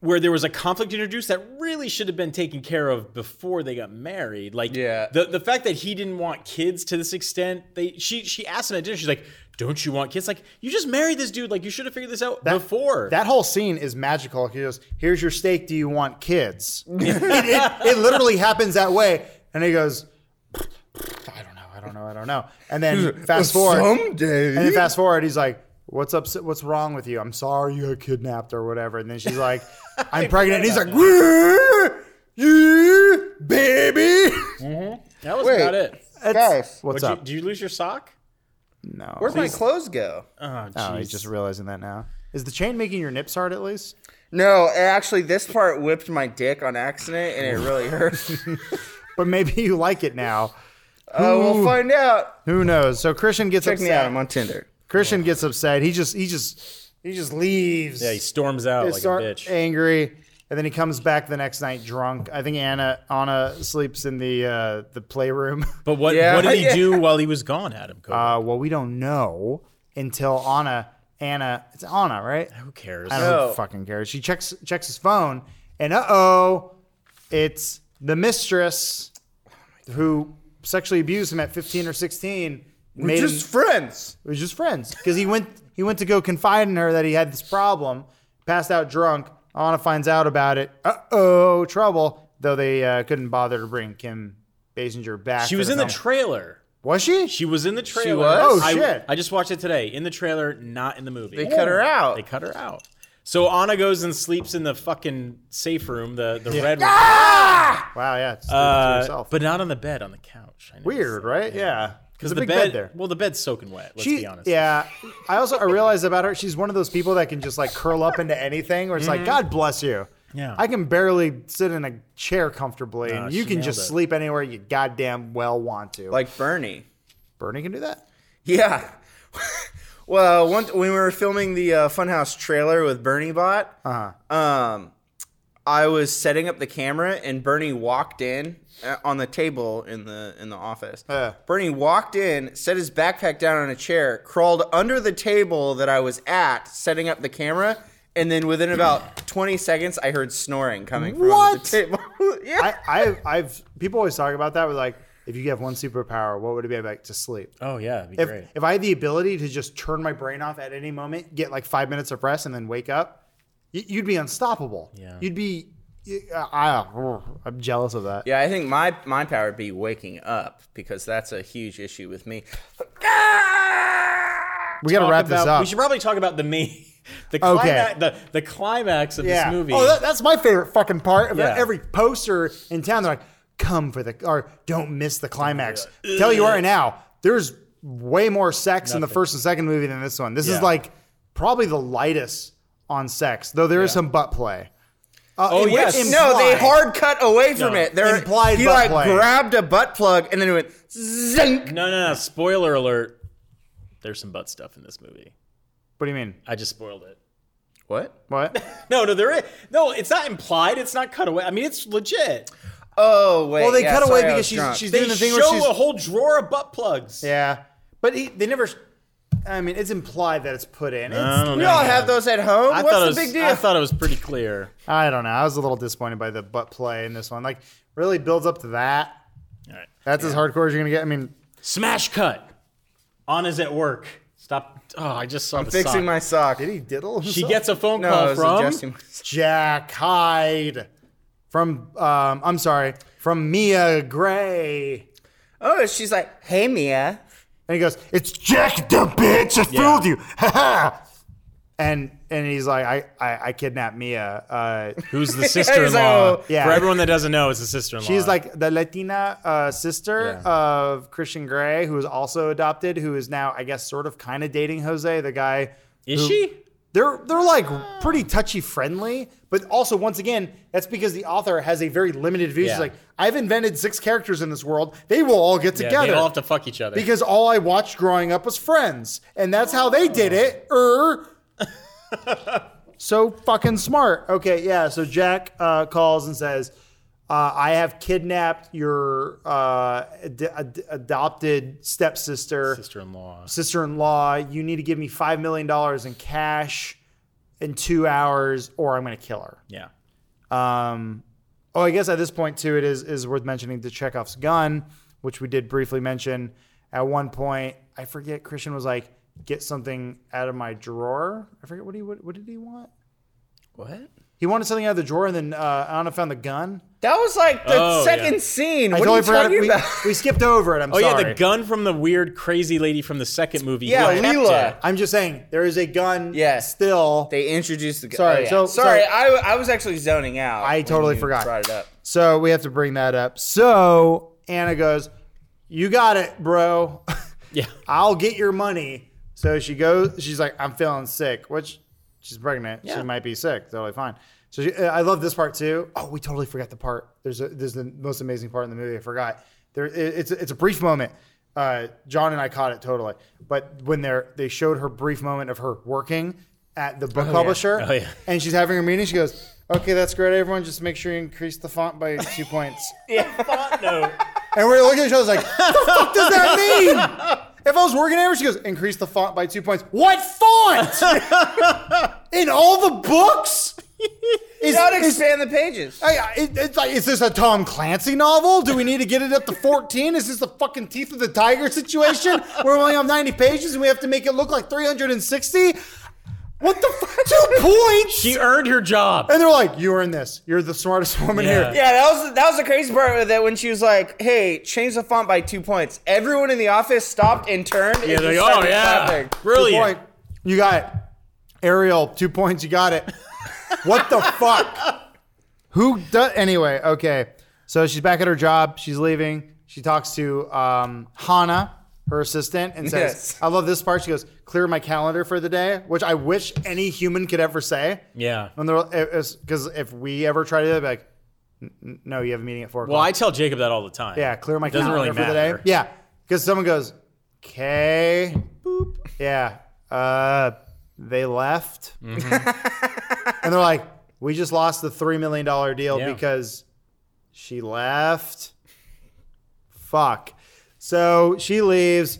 Speaker 2: where there was a conflict introduced that really should have been taken care of before they got married. Like
Speaker 3: Yeah.
Speaker 2: the the fact that he didn't want kids to this extent, they she she asked him at dinner, she's like, Don't you want kids? Like, you just married this dude, like you should have figured this out before.
Speaker 1: That whole scene is magical. He goes, "Here's your steak. Do you want kids?" [laughs] it, it- it literally happens that way, and he goes, "I don't know. I don't know. I don't know." And then fast forward,
Speaker 3: Someday.
Speaker 1: and then
Speaker 3: [laughs]
Speaker 1: fast forward, he's like, "What's up? What's wrong with you? I'm sorry you got kidnapped or whatever." And then she's like, "I'm pregnant." And he's like, "Grrr, yeah, "Baby,
Speaker 2: that was
Speaker 3: Wait.
Speaker 2: about it.
Speaker 3: Guys,
Speaker 1: what's
Speaker 2: What'd
Speaker 1: up?"
Speaker 2: you, did you lose your sock?
Speaker 1: no,
Speaker 3: where's my clothes go?
Speaker 2: Oh,
Speaker 1: Oh, he's
Speaker 2: jeez.
Speaker 1: just realizing that now. Is the chain making your nips hard at least?
Speaker 3: No, actually this part whipped my dick on accident and it really hurt.
Speaker 1: But maybe you like it now.
Speaker 3: Oh, we'll find out.
Speaker 1: Who knows? So Christian gets
Speaker 3: Check
Speaker 1: upset.
Speaker 3: me out. I'm on Tinder.
Speaker 1: Christian gets upset. He just he just he just leaves.
Speaker 2: yeah, he storms out
Speaker 1: They
Speaker 2: like
Speaker 1: start
Speaker 2: a bitch.
Speaker 1: angry, and then he comes back the next night drunk. I think Anna Anna sleeps in the uh, the playroom. [laughs]
Speaker 2: But what
Speaker 3: Yeah,
Speaker 2: what did he
Speaker 3: yeah.
Speaker 2: do while he was gone, Adam? Cole?
Speaker 1: Uh, well, we don't know until Anna Anna it's Anna right?
Speaker 2: Who cares?
Speaker 1: Uh, I don't know
Speaker 3: No.
Speaker 1: who fucking cares. She checks checks his phone, and uh oh, it's the mistress
Speaker 2: Oh
Speaker 1: who sexually abused him at fifteen or sixteen. made him-
Speaker 3: Just friends.
Speaker 1: It was just friends because he went he went to go confide in her that he had this problem, passed out drunk. Anna finds out about it. Uh oh, trouble. Though they uh, couldn't bother to bring Kim Basinger back.
Speaker 2: She
Speaker 1: for
Speaker 2: was in the
Speaker 1: film.
Speaker 2: trailer.
Speaker 1: was she?
Speaker 2: She was in the trailer.
Speaker 1: Oh,
Speaker 3: was?
Speaker 2: I,
Speaker 1: shit.
Speaker 2: I just watched it today. In the trailer, not in the movie.
Speaker 3: They cut her out.
Speaker 2: They cut her out. So Anna goes and sleeps in the fucking safe room, the, the red room.
Speaker 1: Wow, yeah, it's
Speaker 2: Uh,
Speaker 1: Ah! to yourself.
Speaker 2: but not on the bed, on the couch. I noticed.
Speaker 1: weird, right? Yeah, There's
Speaker 2: Because
Speaker 1: a
Speaker 2: the
Speaker 1: big
Speaker 2: bed,
Speaker 1: bed, there.
Speaker 2: Well, the bed's soaking wet. Let's
Speaker 1: She,
Speaker 2: be honest.
Speaker 1: yeah. I also I realized about her. She's one of those people that can just like curl up into anything, where it's like, God bless you.
Speaker 2: Mm-hmm. Yeah.
Speaker 1: I can barely sit in a chair comfortably,
Speaker 2: Nah,
Speaker 1: and
Speaker 2: she
Speaker 1: you can
Speaker 2: nailed
Speaker 1: just
Speaker 2: it.
Speaker 1: sleep anywhere you goddamn well want to.
Speaker 3: Like Bernie. [laughs]
Speaker 1: Bernie can do that.
Speaker 3: Yeah. well, one when we were filming the uh, Funhouse trailer with Bernie Bot, uh-huh. um, I was setting up the camera and Bernie walked in uh, on the table in the in the office.
Speaker 1: Yeah.
Speaker 3: Bernie walked in, set his backpack down on a chair, crawled under the table that I was at setting up the camera, and then within about 20 seconds I heard snoring coming from under
Speaker 1: What?
Speaker 3: the table. [laughs] yeah.
Speaker 1: I, I, I've people always talk about that. With like, if you could have one superpower, what would it be? I'd be like to sleep.
Speaker 2: Oh yeah, that'd be
Speaker 1: If,
Speaker 2: great.
Speaker 1: if I had the ability to just turn my brain off at any moment, get like five minutes of rest, and then wake up, y- you'd be unstoppable.
Speaker 2: Yeah.
Speaker 1: You'd be. y- I, I, I'm jealous of that.
Speaker 3: yeah, I think my my power would be waking up because that's a huge issue with me. Ah!
Speaker 1: we got to
Speaker 2: Talk
Speaker 1: wrap
Speaker 2: about-
Speaker 1: this up.
Speaker 2: We should probably talk about the main, [laughs] the
Speaker 1: Okay.
Speaker 2: climax, the, the climax of this movie.
Speaker 1: Oh, that, that's my favorite fucking part about
Speaker 2: Yeah.
Speaker 1: every poster in town. They're like, "Come for the or don't miss the climax." Tell you right now, there's way more sex in the first and second movie than this one. This
Speaker 2: Yeah.
Speaker 1: is like probably the lightest on sex, though there is some butt play. Uh,
Speaker 2: Oh,
Speaker 1: in-
Speaker 2: yes.
Speaker 1: implied.
Speaker 3: No, they hard cut away from
Speaker 2: No.
Speaker 3: it. They're
Speaker 1: Implied
Speaker 3: He
Speaker 1: butt
Speaker 3: like
Speaker 1: play.
Speaker 3: grabbed a butt plug and then it went zink.
Speaker 2: no, no, no. Spoiler alert. There's some butt stuff in this movie.
Speaker 1: What do you mean?
Speaker 2: I just spoiled it.
Speaker 3: What?
Speaker 1: What?
Speaker 2: No, no, there is no. It's not implied. It's not cut away. I mean, it's legit.
Speaker 3: Oh wait.
Speaker 1: Well, they
Speaker 3: yeah,
Speaker 1: cut away
Speaker 3: sorry, I
Speaker 1: because
Speaker 3: was
Speaker 1: she's
Speaker 3: drunk.
Speaker 1: she's
Speaker 2: They
Speaker 1: doing the thing where
Speaker 2: show
Speaker 1: she's
Speaker 2: a whole drawer of butt plugs.
Speaker 1: yeah, but he, they never. I mean, it's implied that it's put in. It's,
Speaker 2: I don't
Speaker 3: We
Speaker 2: know.
Speaker 3: all have those at home.
Speaker 2: I
Speaker 3: What's
Speaker 2: thought
Speaker 3: the
Speaker 2: it was,
Speaker 3: big deal?
Speaker 2: I thought it was pretty clear.
Speaker 1: I don't know. I was a little disappointed by the butt play in this one. Like, really builds up to that.
Speaker 2: All right.
Speaker 1: That's as hardcore as you're gonna get. I mean,
Speaker 2: Smash cut. Anna's at work. Stop. Oh, I just saw the
Speaker 3: Fixing
Speaker 2: sock.
Speaker 3: my sock.
Speaker 1: did he diddle?
Speaker 2: She
Speaker 1: himself?
Speaker 2: gets a phone
Speaker 3: No, I
Speaker 2: call
Speaker 3: was
Speaker 2: from.
Speaker 3: adjusting. my-
Speaker 1: Jack Hyde from um, I'm sorry, from Mia Gray.
Speaker 3: Oh, she's like, "Hey, Mia."
Speaker 1: And he goes, It's Jack the bitch, I
Speaker 2: Yeah.
Speaker 1: fooled you. [laughs] Ha ha and and he's like, I, I, I kidnapped Mia. Uh,
Speaker 2: [laughs] Who's the sister-in-law?
Speaker 3: So-
Speaker 1: Yeah.
Speaker 2: For everyone that doesn't know, it's the sister-in-law.
Speaker 1: she's like the Latina uh, sister
Speaker 2: Yeah.
Speaker 1: of Christian Gray, who is also adopted, who is now, I guess, sort of kind of dating Jose, the guy.
Speaker 2: Is
Speaker 1: who-
Speaker 2: she?
Speaker 1: They're they're like pretty touchy friendly, but also once again, that's because the author has a very limited view.
Speaker 2: Yeah.
Speaker 1: She's like, I've invented six characters in this world. They will all get
Speaker 2: Yeah,
Speaker 1: together
Speaker 2: They all have to fuck each other.
Speaker 1: because all I watched growing up was Friends, and that's how they did it.
Speaker 2: Oh.
Speaker 1: Er.
Speaker 2: [laughs]
Speaker 1: so fucking smart. Okay, yeah. So Jack uh, calls and says, uh, "I have kidnapped your uh, ad- ad- adopted stepsister."
Speaker 2: sister-in-law.
Speaker 1: sister in law, you need to give me $5 million in cash in two hours or I'm going to kill her.
Speaker 2: Yeah.
Speaker 1: Um, oh, I guess at this point, too, it is, is worth mentioning the Chekhov's gun, which we did briefly mention. At one point, I forget, Christian was like, get something out of my drawer. I forget what he what, what did he want?
Speaker 2: What?
Speaker 1: He wanted something out of the drawer, and then uh, Anna found the gun.
Speaker 3: That was like the
Speaker 2: Oh,
Speaker 3: second
Speaker 2: yeah.
Speaker 3: scene.
Speaker 1: I
Speaker 3: What
Speaker 1: totally
Speaker 3: are you
Speaker 1: forgot.
Speaker 3: talking
Speaker 1: We,
Speaker 3: about?
Speaker 1: we skipped over it. I'm
Speaker 2: Oh
Speaker 1: sorry.
Speaker 2: yeah, the gun from the weird crazy lady from the second movie.
Speaker 3: Yeah,
Speaker 2: Who kept
Speaker 3: Leela.
Speaker 2: it.
Speaker 1: I'm just saying, there is a gun
Speaker 3: Yeah.
Speaker 1: still.
Speaker 3: They introduced the.
Speaker 1: Sorry,
Speaker 3: oh, yeah.
Speaker 1: so-
Speaker 3: sorry.
Speaker 1: sorry.
Speaker 3: I, I was actually zoning out.
Speaker 1: I
Speaker 3: when
Speaker 1: totally
Speaker 3: you
Speaker 1: forgot.
Speaker 3: Brought it up.
Speaker 1: So we have to bring that up. So Anna goes, "You got it, bro.
Speaker 2: [laughs]
Speaker 1: [laughs]
Speaker 2: Yeah.
Speaker 1: I'll get your money." So she goes. She's like, "I'm feeling sick," which she's pregnant.
Speaker 2: Yeah.
Speaker 1: She might be sick. Totally fine. So she, uh, I love this part too. Oh, we totally forgot the part. There's a, there's the most amazing part in the movie. I forgot. There, it- it's it's a brief moment. Uh, John and I caught it totally. But when they're they showed her brief moment of her working at the book publisher,
Speaker 2: Oh, yeah.
Speaker 1: and she's having her meeting. She goes, "Okay, that's great, everyone. Just make sure you increase the font by two points."
Speaker 2: Font note.
Speaker 1: and we're looking at each other
Speaker 2: [laughs]
Speaker 1: like, "What the fuck does that mean?" If I was working at her, she goes, "Increase the font by two points." What
Speaker 2: [laughs]
Speaker 1: font? In all the books? Is,
Speaker 3: Don't
Speaker 1: is-
Speaker 3: expand the pages.
Speaker 1: I- I- it- it's like, is this a Tom Clancy novel? Do we need to get it up to 14? Is this the fucking Teeth of the Tiger
Speaker 2: [laughs]
Speaker 1: situation where we only have 90 pages and we have to make it look like 360? What the fuck? Two points?
Speaker 2: She earned her job.
Speaker 1: And they're like, "You earned this. You're the smartest woman
Speaker 2: Yeah.
Speaker 1: here."
Speaker 3: Yeah, that was that was the crazy part with it when she was like, "Hey, change the font by two points." Everyone in the office stopped and turned.
Speaker 2: Yeah,
Speaker 3: and
Speaker 2: they're
Speaker 3: just
Speaker 2: like, oh
Speaker 3: started
Speaker 2: yeah,
Speaker 3: clapping.
Speaker 1: Two
Speaker 2: brilliant.
Speaker 1: point. You got it, Ariel. Two points. You got it. what
Speaker 2: [laughs]
Speaker 1: the fuck? Who does? Anyway, okay. So she's back at her job. She's leaving. She talks to um, Hana, her assistant, and says,
Speaker 3: Yes.
Speaker 1: "I love this part." She goes, "Clear my calendar for the day," which I wish any human could ever say.
Speaker 2: Yeah.
Speaker 1: When they're because if we ever try to do it, be like, "N- n- no, you have a meeting at four o'clock.
Speaker 2: Well, I tell Jacob that all the time.
Speaker 1: Yeah, clear my
Speaker 2: Doesn't
Speaker 1: calendar
Speaker 2: really
Speaker 1: for the day.
Speaker 2: matter.
Speaker 1: Yeah, because someone goes, "Okay, boop." Yeah, uh, they left, [laughs] and they're like, We just lost the $3 million deal
Speaker 2: Yeah.
Speaker 1: because she left. Fuck. So she leaves,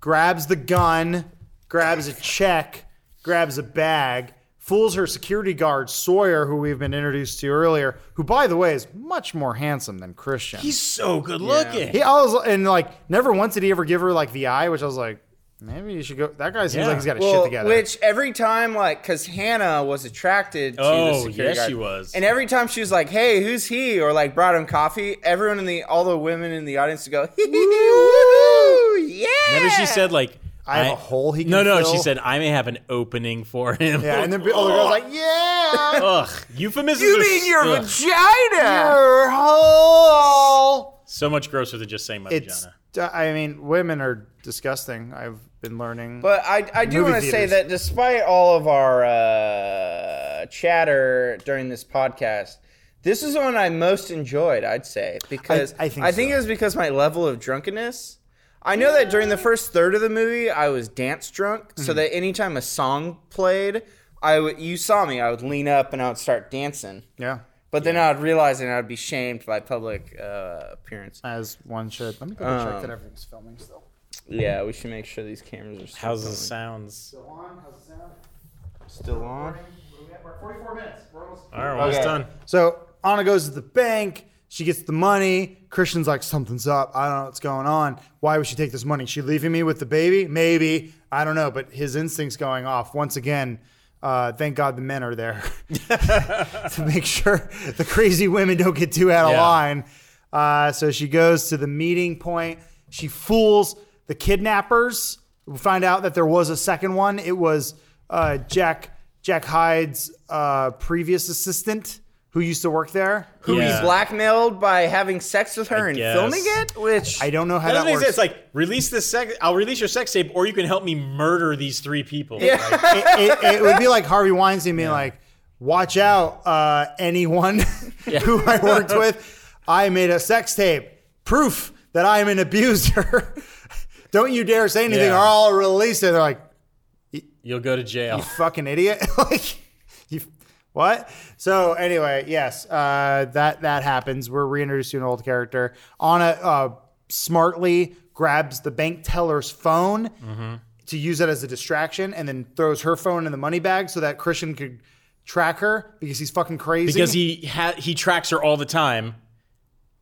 Speaker 1: grabs the gun, grabs a check, grabs a bag, fools her security guard, Sawyer, who we've been introduced to earlier, who, by the way, is much more handsome than Christian.
Speaker 2: He's so good looking.
Speaker 1: He I was and like never once did he ever give her like the eye, which I was like, maybe you should go. That guy seems
Speaker 2: Yeah.
Speaker 1: like he's got his shit
Speaker 3: Well,
Speaker 1: together.
Speaker 3: which every time, like, because Hannah was attracted to the
Speaker 2: Oh,
Speaker 3: security
Speaker 2: yes,
Speaker 3: guard.
Speaker 2: she was.
Speaker 3: And every time she was like, "Hey, who's he?" or like brought him coffee, everyone in the all the women in the audience would go, [laughs] "Woo, yeah!"
Speaker 2: Remember she said like
Speaker 1: I have a hole he can
Speaker 2: No, no, she
Speaker 1: fill?
Speaker 2: said I may have an opening for him.
Speaker 1: yeah, and then oh. all the girls like, yeah,
Speaker 2: [laughs]
Speaker 1: [laughs]
Speaker 2: Ugh, euphemisms. are s- ugh,
Speaker 3: vagina?
Speaker 1: your hole.
Speaker 2: so much grosser than just saying my
Speaker 1: It's.
Speaker 2: vagina.
Speaker 1: I mean, women are disgusting. I've been learning.
Speaker 3: But I, I do
Speaker 1: Movie
Speaker 3: want to say
Speaker 1: theaters.
Speaker 3: that despite all of our uh, chatter during this podcast, this is the one I most enjoyed. I'd say because
Speaker 1: I think so.
Speaker 3: it was because my level of drunkenness. I know that during the first third of the movie, I was dance drunk,
Speaker 1: Mm-hmm.
Speaker 3: so that anytime a song played, I would you saw me, I would lean up and I would start dancing.
Speaker 1: yeah,
Speaker 3: But then I'd realize and I'd be shamed by public uh, appearance.
Speaker 1: as one should. Let me double check that everything's filming still.
Speaker 3: Yeah, we should make sure these cameras are still,
Speaker 2: How's the sounds?
Speaker 1: Still on? How's the sound?
Speaker 3: still on.
Speaker 1: We're 44 minutes. We're almost.
Speaker 2: All right, we're almost
Speaker 3: Okay.
Speaker 2: done.
Speaker 1: So Anna goes to the bank. She gets the money. Christian's like, something's up. I don't know what's going on. Why would she take this money? She leaving me with the baby? Maybe. I don't know. But his instincts going off once again. Uh, thank God the men are there [laughs] to make sure the crazy women don't get too out of
Speaker 2: Yeah.
Speaker 1: line. Uh, so she goes to the meeting point. She fools the kidnappers. We find out that there was a second one. It was uh, Jack Jack Hyde's uh, previous assistant who used to work there. Who
Speaker 3: who
Speaker 2: Yeah.
Speaker 3: he's blackmailed by having sex with her and
Speaker 2: guess.
Speaker 3: filming it, which
Speaker 1: I don't know how that,
Speaker 2: That doesn't make
Speaker 1: works.
Speaker 2: sense. Like, release the sex. I'll release your sex tape, or you can help me murder these three people. Yeah.
Speaker 1: [laughs] [laughs] it, it, it would be like Harvey Weinstein being like, "Watch out, uh, anyone [laughs] who I worked with. I made a sex tape, proof that I am an abuser. [laughs] Don't you dare say anything,
Speaker 2: Yeah.
Speaker 1: or I'll release it." They're like,
Speaker 2: You'll go to jail.
Speaker 1: "Fucking idiot!" [laughs] like, you, what? So anyway, yes, uh, that that happens. We're reintroduced to an old character. Anna uh, smartly grabs the bank teller's phone
Speaker 2: Mm-hmm.
Speaker 1: to use that as a distraction and then throws her phone in the money bag so that Christian could track her because he's fucking crazy.
Speaker 2: because he ha- he tracks her all the time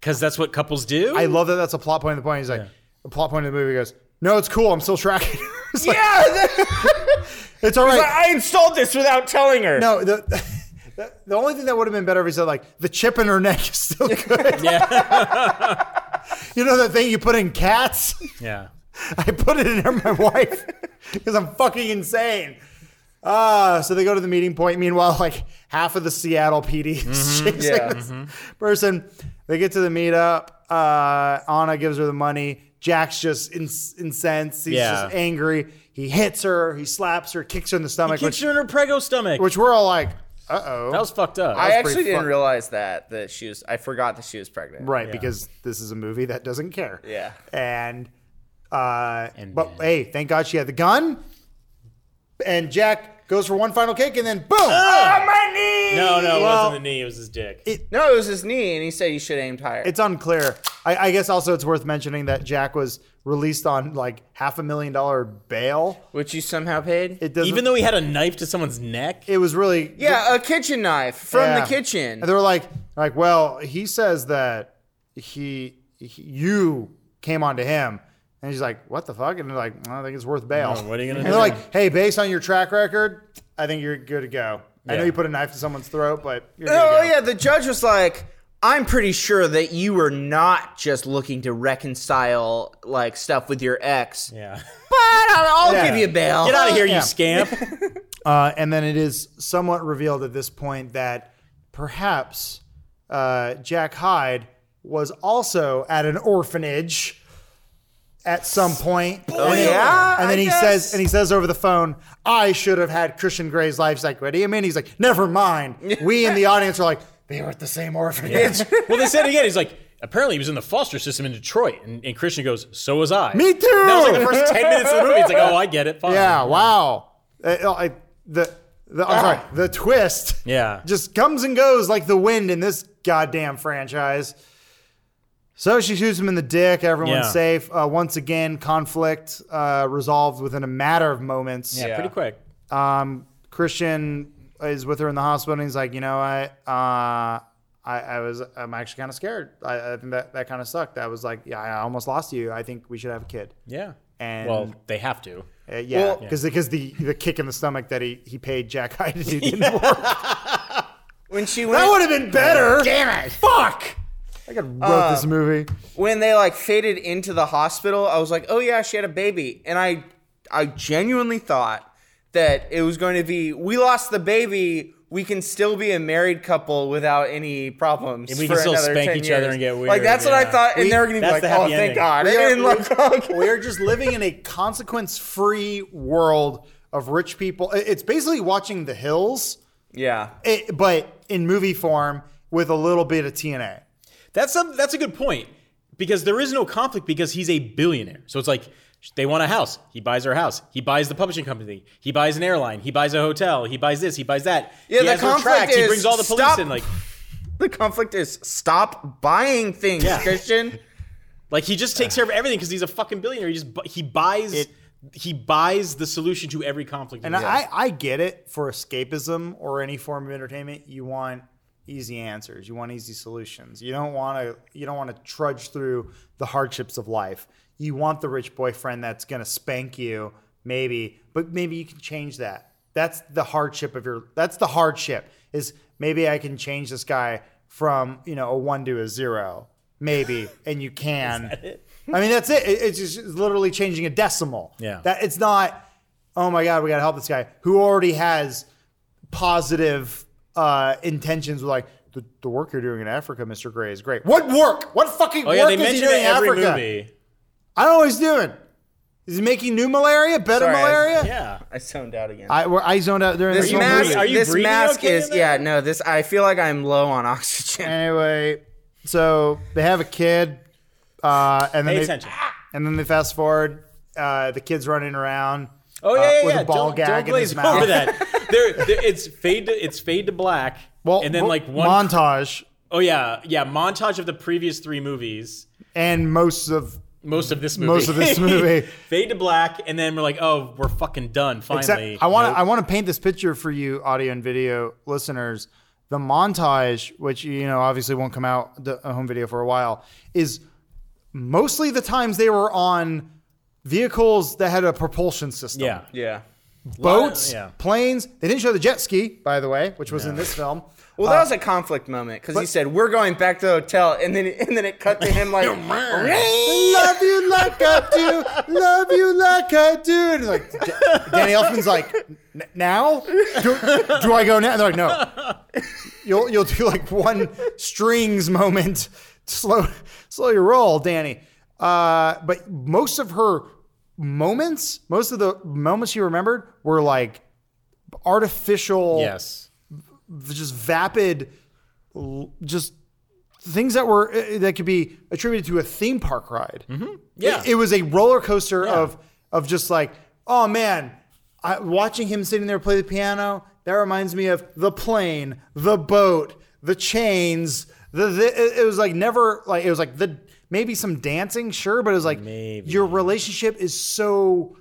Speaker 2: because that's what couples do.
Speaker 1: I love that that's a plot point of the point. He's like, a plot point of the movie he goes, No, it's cool. I'm still tracking her. [laughs] It's like,
Speaker 3: [laughs] Yeah, [laughs] that-
Speaker 1: It's all right.
Speaker 3: I installed this without telling her.
Speaker 1: No, the. [laughs] the- The only thing that would have been better if he said like the chip in her neck is
Speaker 2: [laughs]
Speaker 1: still good.
Speaker 2: yeah,
Speaker 1: [laughs] you know that thing you put in cats? [laughs]
Speaker 2: yeah.
Speaker 1: I put it in her, my wife, [laughs] because I'm fucking insane. Uh, so they go to the meeting point. Meanwhile, like half of the Seattle PD is
Speaker 2: Mm-hmm.
Speaker 1: [laughs] chasing
Speaker 3: Yeah.
Speaker 1: this person. They get to the meetup. Uh, Anna gives her the money. Jack's just ins- incensed. He's
Speaker 2: Yeah.
Speaker 1: just angry. He hits her. He slaps her. Kicks her in the stomach.
Speaker 2: Kicks
Speaker 1: Which,
Speaker 2: her in her prego stomach.
Speaker 1: which we're all like, uh oh.
Speaker 2: that was fucked up.
Speaker 1: That's
Speaker 3: I
Speaker 1: pretty
Speaker 3: actually didn't
Speaker 1: fu-
Speaker 3: realize that that she was. I forgot that she was pregnant.
Speaker 1: Right, because this is a movie that doesn't care.
Speaker 3: Yeah.
Speaker 1: And uh
Speaker 2: And
Speaker 1: but
Speaker 2: then-
Speaker 1: hey, thank God she had the gun. And Jack goes for one final kick and then boom.
Speaker 3: Oh, my knee!
Speaker 2: no, no, it
Speaker 1: Well-
Speaker 2: wasn't the knee. It was his dick.
Speaker 3: no, it was his knee, and he said you should aim higher.
Speaker 1: It's unclear. I, I guess also it's worth mentioning that Jack was released on like half a million dollar bail.
Speaker 3: which you somehow paid.
Speaker 1: It doesn't
Speaker 2: Even though he had a knife to someone's neck.
Speaker 1: it was really
Speaker 3: yeah, a kitchen knife from
Speaker 1: Yeah.
Speaker 3: the kitchen.
Speaker 1: And they were like, like, well, he says that he, he you came onto him, and he's like, what the fuck? And they're like, I think it's worth bail.
Speaker 2: No, Oh, what are you gonna
Speaker 1: and
Speaker 2: do?
Speaker 1: They're like, hey, based on your track record, I think you're good to go. I know
Speaker 2: Yeah.
Speaker 1: you put a knife to someone's throat, but you're good
Speaker 3: Oh
Speaker 1: to go.
Speaker 3: yeah, the judge was like, "I'm pretty sure that you were not just looking to reconcile like stuff with your ex,
Speaker 1: [laughs]
Speaker 2: Yeah.
Speaker 3: but I'll, I'll
Speaker 1: Yeah.
Speaker 3: give you bail."
Speaker 2: Get out of here,
Speaker 1: Yeah. [laughs]
Speaker 2: you scamp.
Speaker 1: Uh, and then it is somewhat revealed at this point that perhaps uh, Jack Hyde was also at an orphanage at some point. and he-
Speaker 3: Oh, yeah,
Speaker 1: and then
Speaker 3: I
Speaker 1: he
Speaker 3: guess.
Speaker 1: says, and he says over the phone, "I should have had Christian Gray's life like ready." I mean, he's like, "Never mind."
Speaker 3: [laughs]
Speaker 1: we in the audience are like, "They were at the same orphanage."
Speaker 2: well, they said it again. He's like, apparently he was in the foster system in Detroit. And, and Christian goes, so was I.
Speaker 1: Me too. [laughs]
Speaker 2: That was like the first 10 minutes of the movie. It's like, oh, I get it. Fine.
Speaker 1: yeah. Wow. Uh, I- the the, I'm sorry, the twist
Speaker 2: Ah. Yeah.
Speaker 1: just comes and goes like the wind in this goddamn franchise. So she shoots him in the dick. Everyone's
Speaker 2: Yeah.
Speaker 1: safe. Uh, once again, conflict uh, resolved within a matter of moments.
Speaker 2: yeah, pretty quick.
Speaker 1: Um, Christian is with her in the hospital, and he's like, you know, I, uh, I, I was, I'm actually kind of scared. I, I think that that kind of sucked. I was like, yeah, I almost lost you. I think we should have a kid.
Speaker 2: Yeah.
Speaker 1: And-
Speaker 2: well, they have to.
Speaker 1: Uh, yeah,
Speaker 3: Well-
Speaker 1: because because the the kick in the stomach that he he paid Jack Hyde [laughs] to do didn't work.
Speaker 3: When she
Speaker 1: That
Speaker 3: went,
Speaker 1: would have been [laughs] better.
Speaker 2: Damn it! Fuck.
Speaker 1: I could have wrote this movie.
Speaker 3: when they like faded into the hospital, I was like, "Oh yeah, she had a baby," and I, I genuinely thought that it was going to be, "We lost the baby." We can still be a married couple without any problems.
Speaker 2: And we
Speaker 3: for
Speaker 2: can still
Speaker 3: another
Speaker 2: spank
Speaker 3: 10
Speaker 2: each other
Speaker 3: years.
Speaker 2: and get
Speaker 3: Like
Speaker 2: weird,
Speaker 3: that's what
Speaker 2: yeah.
Speaker 3: I thought, and
Speaker 2: We-
Speaker 3: they were gonna be
Speaker 2: that's
Speaker 3: like,
Speaker 2: the
Speaker 3: "Oh,
Speaker 2: happy
Speaker 3: thank
Speaker 2: ending.
Speaker 3: God!"
Speaker 1: We
Speaker 3: And,
Speaker 1: [laughs]
Speaker 3: like, [laughs] okay.
Speaker 1: We are just living in a consequence-free world of rich people. It- It's basically watching The Hills,
Speaker 3: yeah,
Speaker 1: it, but in movie form with a little bit of TNA.
Speaker 2: That's a that's a good point because there is no conflict because he's a billionaire. So it's like they want a house. He buys her house. He buys the publishing company. He buys an airline. He buys a hotel. He buys this. He buys that.
Speaker 3: Yeah,
Speaker 2: he
Speaker 3: the
Speaker 2: has no
Speaker 3: conflict
Speaker 2: tracks. he
Speaker 3: is
Speaker 2: brings all the police
Speaker 3: stop-
Speaker 2: in. Like,
Speaker 3: the conflict is stop buying things,
Speaker 2: Yeah.
Speaker 3: Christian.
Speaker 2: like he just takes care of everything because he's a fucking billionaire. He just bu- he buys he buys the solution to every conflict. in
Speaker 1: And
Speaker 2: the world.
Speaker 1: I I get it for escapism or any form of entertainment. You want easy answers. You want easy solutions. You don't want to you don't want to trudge through the hardships of life. You want the rich boyfriend that's going to spank you maybe, but maybe you can change that. That's the hardship of your that's the hardship is maybe I can change this guy from, you know, a 1 to a 0. Maybe and you can. I mean, that's it. It- It's just it's literally changing a decimal.
Speaker 2: Yeah.
Speaker 1: That it's not. Oh my God, we gotta help this guy who already has positive uh, intentions. With like the, the work you're doing in Africa, Mr. Gray is great. What work? What fucking
Speaker 2: oh
Speaker 1: work
Speaker 2: yeah, they
Speaker 1: is he
Speaker 2: mention it
Speaker 1: doing
Speaker 2: in
Speaker 1: in
Speaker 2: every
Speaker 1: Africa?
Speaker 2: movie.
Speaker 1: I don't know what he's doing. Is he making new malaria, better
Speaker 3: Sorry, I-
Speaker 1: malaria?
Speaker 2: Yeah.
Speaker 3: I zoned out again.
Speaker 1: I, well, I zoned out during
Speaker 3: this
Speaker 1: this whole
Speaker 3: mask,
Speaker 1: movie.
Speaker 2: breathing- are you
Speaker 3: this
Speaker 2: breathing
Speaker 3: mask
Speaker 2: okay
Speaker 3: is
Speaker 2: in there? Eh.
Speaker 3: yeah. No, this I feel like I'm low on oxygen.
Speaker 1: Anyway, so they have a kid, uh, and then
Speaker 2: Pay
Speaker 1: they,
Speaker 2: attention.
Speaker 1: and then they fast forward. Uh, the kid's running around.
Speaker 2: Oh yeah,
Speaker 1: uh,
Speaker 2: yeah,
Speaker 1: with a
Speaker 2: yeah.
Speaker 1: ball
Speaker 2: don't,
Speaker 1: gag
Speaker 2: don't
Speaker 1: in
Speaker 2: glaze
Speaker 1: his mouth.
Speaker 2: over that. there, there- it's fade. To, it's fade to black.
Speaker 1: Well,
Speaker 2: and then
Speaker 1: mo-
Speaker 2: like one.
Speaker 1: montage
Speaker 2: oh yeah, yeah. Montage of the previous three movies.
Speaker 1: and most of
Speaker 2: Most of this movie.
Speaker 1: Most of this movie.
Speaker 2: [laughs] fade to black, and then we're like, oh, we're fucking done. Finally.
Speaker 1: except I want to
Speaker 2: Nope.
Speaker 1: I want to paint this picture for you audio and video listeners. The montage, which you know obviously won't come out the a home video for a while, is mostly the times they were on vehicles that had a propulsion system.
Speaker 2: Yeah.
Speaker 3: Yeah.
Speaker 1: boats,
Speaker 2: Yeah.
Speaker 1: planes. They didn't show the jet ski, by the way, which was in this film.
Speaker 3: Well,
Speaker 1: Uh,
Speaker 3: that was a conflict moment because he said we're going back to the hotel, and then and then it cut to him
Speaker 1: [laughs]
Speaker 3: like,
Speaker 1: love you like I do, love you like I do. And he's like D- Danny Elfman's like, "N- now do, do I go now? And they're like, no. You'll you'll do like one strings moment. Slow slow your roll, Danny. Uh, but most of her moments, most of the moments she remembered were like artificial
Speaker 2: Yes.
Speaker 1: just vapid, l- just things that were uh, that could be attributed to a theme park ride.
Speaker 2: Yeah.
Speaker 1: It, it was a roller coaster
Speaker 2: Yeah.
Speaker 1: of of just like, oh man, I, watching him sitting there play the piano. That reminds me of the plane, the boat, the chains. The, the it- it was like never like it was like the maybe some dancing, sure, but it was like
Speaker 2: Maybe.
Speaker 1: your relationship is so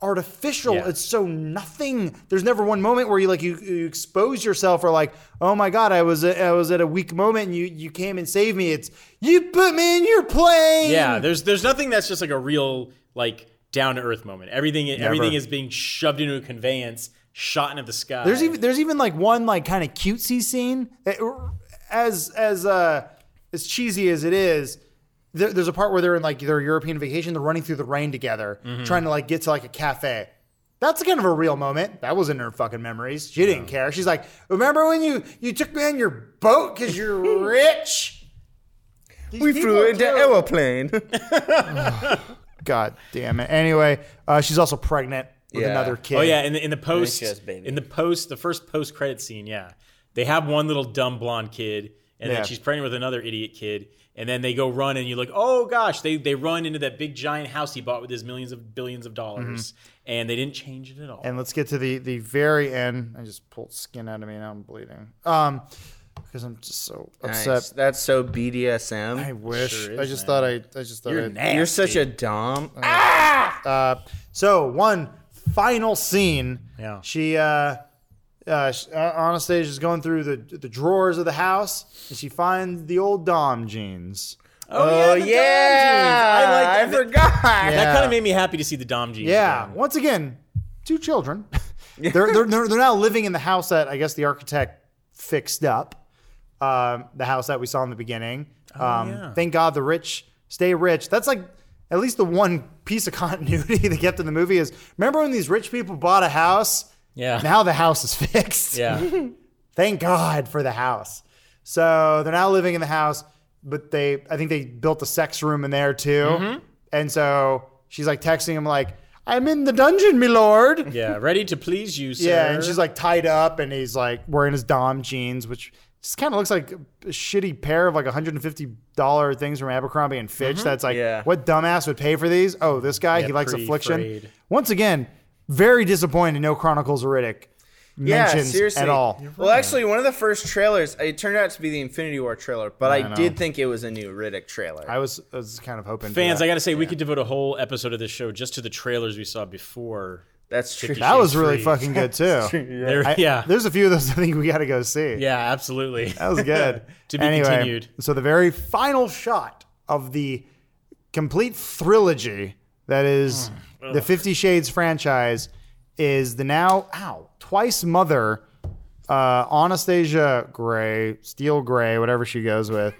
Speaker 1: artificial.
Speaker 2: Yeah.
Speaker 1: It's so nothing. There's never one moment where you like you, you expose yourself or like, oh my god, I was I was at a weak moment and you you came and saved me. It's you put me in your plane.
Speaker 2: yeah. There's there's nothing that's just like a real like down to earth moment. Everything everything is being shoved into a conveyance, shot into the sky.
Speaker 1: There's even there's even like one like kind of cutesy scene that, er, as as uh as cheesy as it is. There, there's a part where they're in like their European vacation. They're running through the rain together,
Speaker 2: Mm-hmm.
Speaker 1: trying to like get to like a cafe. That's kind of a real moment. That was in her fucking memories. She didn't care. She's like, remember when you you took me on your boat because
Speaker 2: [laughs]
Speaker 1: you're rich?
Speaker 3: we flew into [laughs] airplane.
Speaker 1: God damn it. Anyway, uh, she's also pregnant with
Speaker 3: Yeah.
Speaker 1: another kid.
Speaker 2: Oh yeah, in the in the post
Speaker 3: she has baby.
Speaker 2: in the post the first post credit scene, yeah. They have one little dumb blonde kid and
Speaker 1: Yeah.
Speaker 2: then she's pregnant with another idiot kid, and then they go run, and you're like, oh gosh, they they run into that big giant house he bought with his millions of billions of dollars, and they didn't change it at all.
Speaker 1: Mm-hmm. And let's get to the the very end. I just pulled skin out of me and I'm bleeding. Um, because I'm just so
Speaker 3: Nice.
Speaker 1: upset.
Speaker 3: That's so BDSM.
Speaker 1: I wish.
Speaker 2: Sure
Speaker 1: I
Speaker 2: is,
Speaker 1: just
Speaker 2: man.
Speaker 1: thought I. I just thought.
Speaker 2: you're
Speaker 1: I'd-
Speaker 2: nasty.
Speaker 3: You're such a dom.
Speaker 1: Uh, so one final scene.
Speaker 2: Yeah.
Speaker 1: She uh, uh, sh- uh, on a stage is going through the the drawers of the house, and she finds the old Dom jeans.
Speaker 3: Oh
Speaker 2: the Dom jeans.
Speaker 3: yeah,
Speaker 2: I like
Speaker 3: I,
Speaker 1: [laughs]
Speaker 2: that.
Speaker 3: forgot.
Speaker 1: Yeah.
Speaker 2: That kind of made me happy to see the Dom jeans.
Speaker 1: Yeah.
Speaker 2: again.
Speaker 1: Once again, two children. [laughs] they're, they're they're they're now living in the house that I guess the architect fixed up. Um, the house that we saw in the beginning. Um,
Speaker 2: Oh, yeah.
Speaker 1: Thank God the rich stay rich. That's like at least the one piece of [laughs] continuity they kept in the movie is remember when these rich people bought a house.
Speaker 2: Yeah.
Speaker 1: Now the house is fixed.
Speaker 2: yeah.
Speaker 1: Thank God for the house. So they're now living in the house, but they I think they built a sex room in there too.
Speaker 3: Mm-hmm.
Speaker 1: And so she's like texting him like, "I'm in the dungeon, my lord."
Speaker 2: yeah. Ready to please you, sir.
Speaker 1: Yeah, and she's like tied up, and he's like wearing his dom jeans, which just kind of looks like a shitty pair of like 150 dollar things from Abercrombie and Fitch. That's like,
Speaker 3: Mm-hmm. Yeah.
Speaker 1: what dumbass would pay for these? Oh, this guy he likes
Speaker 2: pretty
Speaker 1: affliction.
Speaker 2: frayed.
Speaker 1: Once again, very disappointed. No Chronicles of Riddick
Speaker 3: Yeah,
Speaker 1: mentions
Speaker 3: seriously.
Speaker 1: at all.
Speaker 3: Well, actually, one of the first trailers, it turned out to be the Infinity War trailer, but I,
Speaker 1: know.
Speaker 3: did think it was a new Riddick trailer.
Speaker 1: I was, I was kind of hoping for
Speaker 2: Fans,
Speaker 1: that.
Speaker 2: I gotta say, we could devote a whole episode of this show just to the trailers we saw before.
Speaker 3: That's true.
Speaker 1: That was really
Speaker 2: Free.
Speaker 1: fucking
Speaker 2: [laughs]
Speaker 1: good too.
Speaker 2: Yeah, there,
Speaker 1: I-
Speaker 2: yeah,
Speaker 1: there's a few of those [laughs] I think we got to go see.
Speaker 2: [laughs] yeah, absolutely.
Speaker 1: that was good.
Speaker 2: To be
Speaker 1: Anyway,
Speaker 2: continued.
Speaker 1: So the very final shot of the complete trilogy that is
Speaker 2: Hmm.
Speaker 1: the Fifty Shades franchise is the now ow twice mother uh, Anastasia Gray, Steel Gray, whatever she goes
Speaker 2: [laughs]
Speaker 1: with,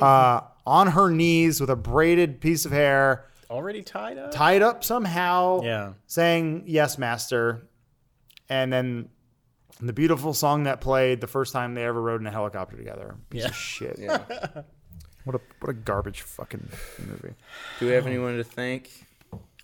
Speaker 1: uh, on her knees with a braided piece of hair
Speaker 2: Already tied up.
Speaker 1: tied up somehow.
Speaker 2: Yeah.
Speaker 1: Saying yes, master. And then the beautiful song that played the first time they ever rode in a helicopter together. Piece
Speaker 2: Yeah.
Speaker 1: of shit.
Speaker 3: Yeah.
Speaker 1: [laughs] What a what a garbage fucking movie.
Speaker 3: Do we
Speaker 1: [laughs]
Speaker 3: have anyone to thank?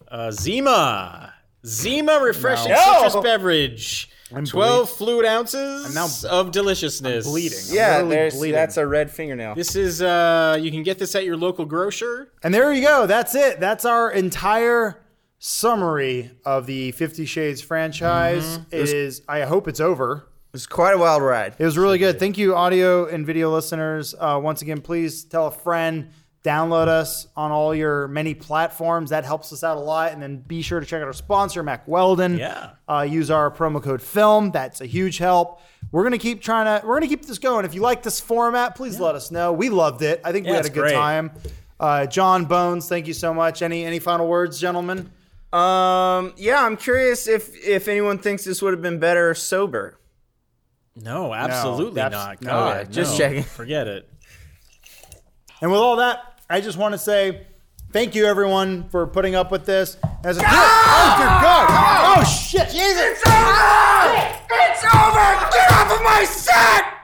Speaker 2: Uh, Zima. Zima refreshing
Speaker 3: No.
Speaker 2: citrus beverage.
Speaker 1: I'm
Speaker 2: 12 fluid ounces
Speaker 1: now-
Speaker 2: of deliciousness.
Speaker 1: bleeding.
Speaker 3: Yeah,
Speaker 1: literally
Speaker 3: there's,
Speaker 1: bleeding.
Speaker 3: that's a red fingernail.
Speaker 2: This is, uh, you can get this at your local grocer.
Speaker 1: And there you go. That's it. That's our entire summary of the 50 Shades franchise. It is I hope it's over.
Speaker 3: It's quite a wild ride.
Speaker 1: It was really good. Thank you, audio and video listeners. Uh, once again, please tell a friend, download us on all your many platforms. That helps us out a lot. And then be sure to check out our sponsor, Mac Weldon.
Speaker 2: Yeah.
Speaker 1: Uh, use our promo code film. That's a huge help. We're gonna keep trying to. We're gonna keep this going. If you like this format, please let us know. We loved it. I think we
Speaker 2: Yeah,
Speaker 1: had a
Speaker 2: it's
Speaker 1: good
Speaker 2: great.
Speaker 1: time. Uh, John Bones, thank you so much. Any any final words, gentlemen?
Speaker 3: Um, yeah, I'm curious if if anyone thinks this would have been better sober.
Speaker 2: No, absolutely
Speaker 1: that's-
Speaker 2: not.
Speaker 1: no,
Speaker 2: God,
Speaker 3: just
Speaker 2: no.
Speaker 3: checking.
Speaker 2: Forget it.
Speaker 1: And with all that, I just want to say thank you everyone for putting up with this. As a oh dear God! Oh shit! Jesus!
Speaker 3: It's over! Get off of my set!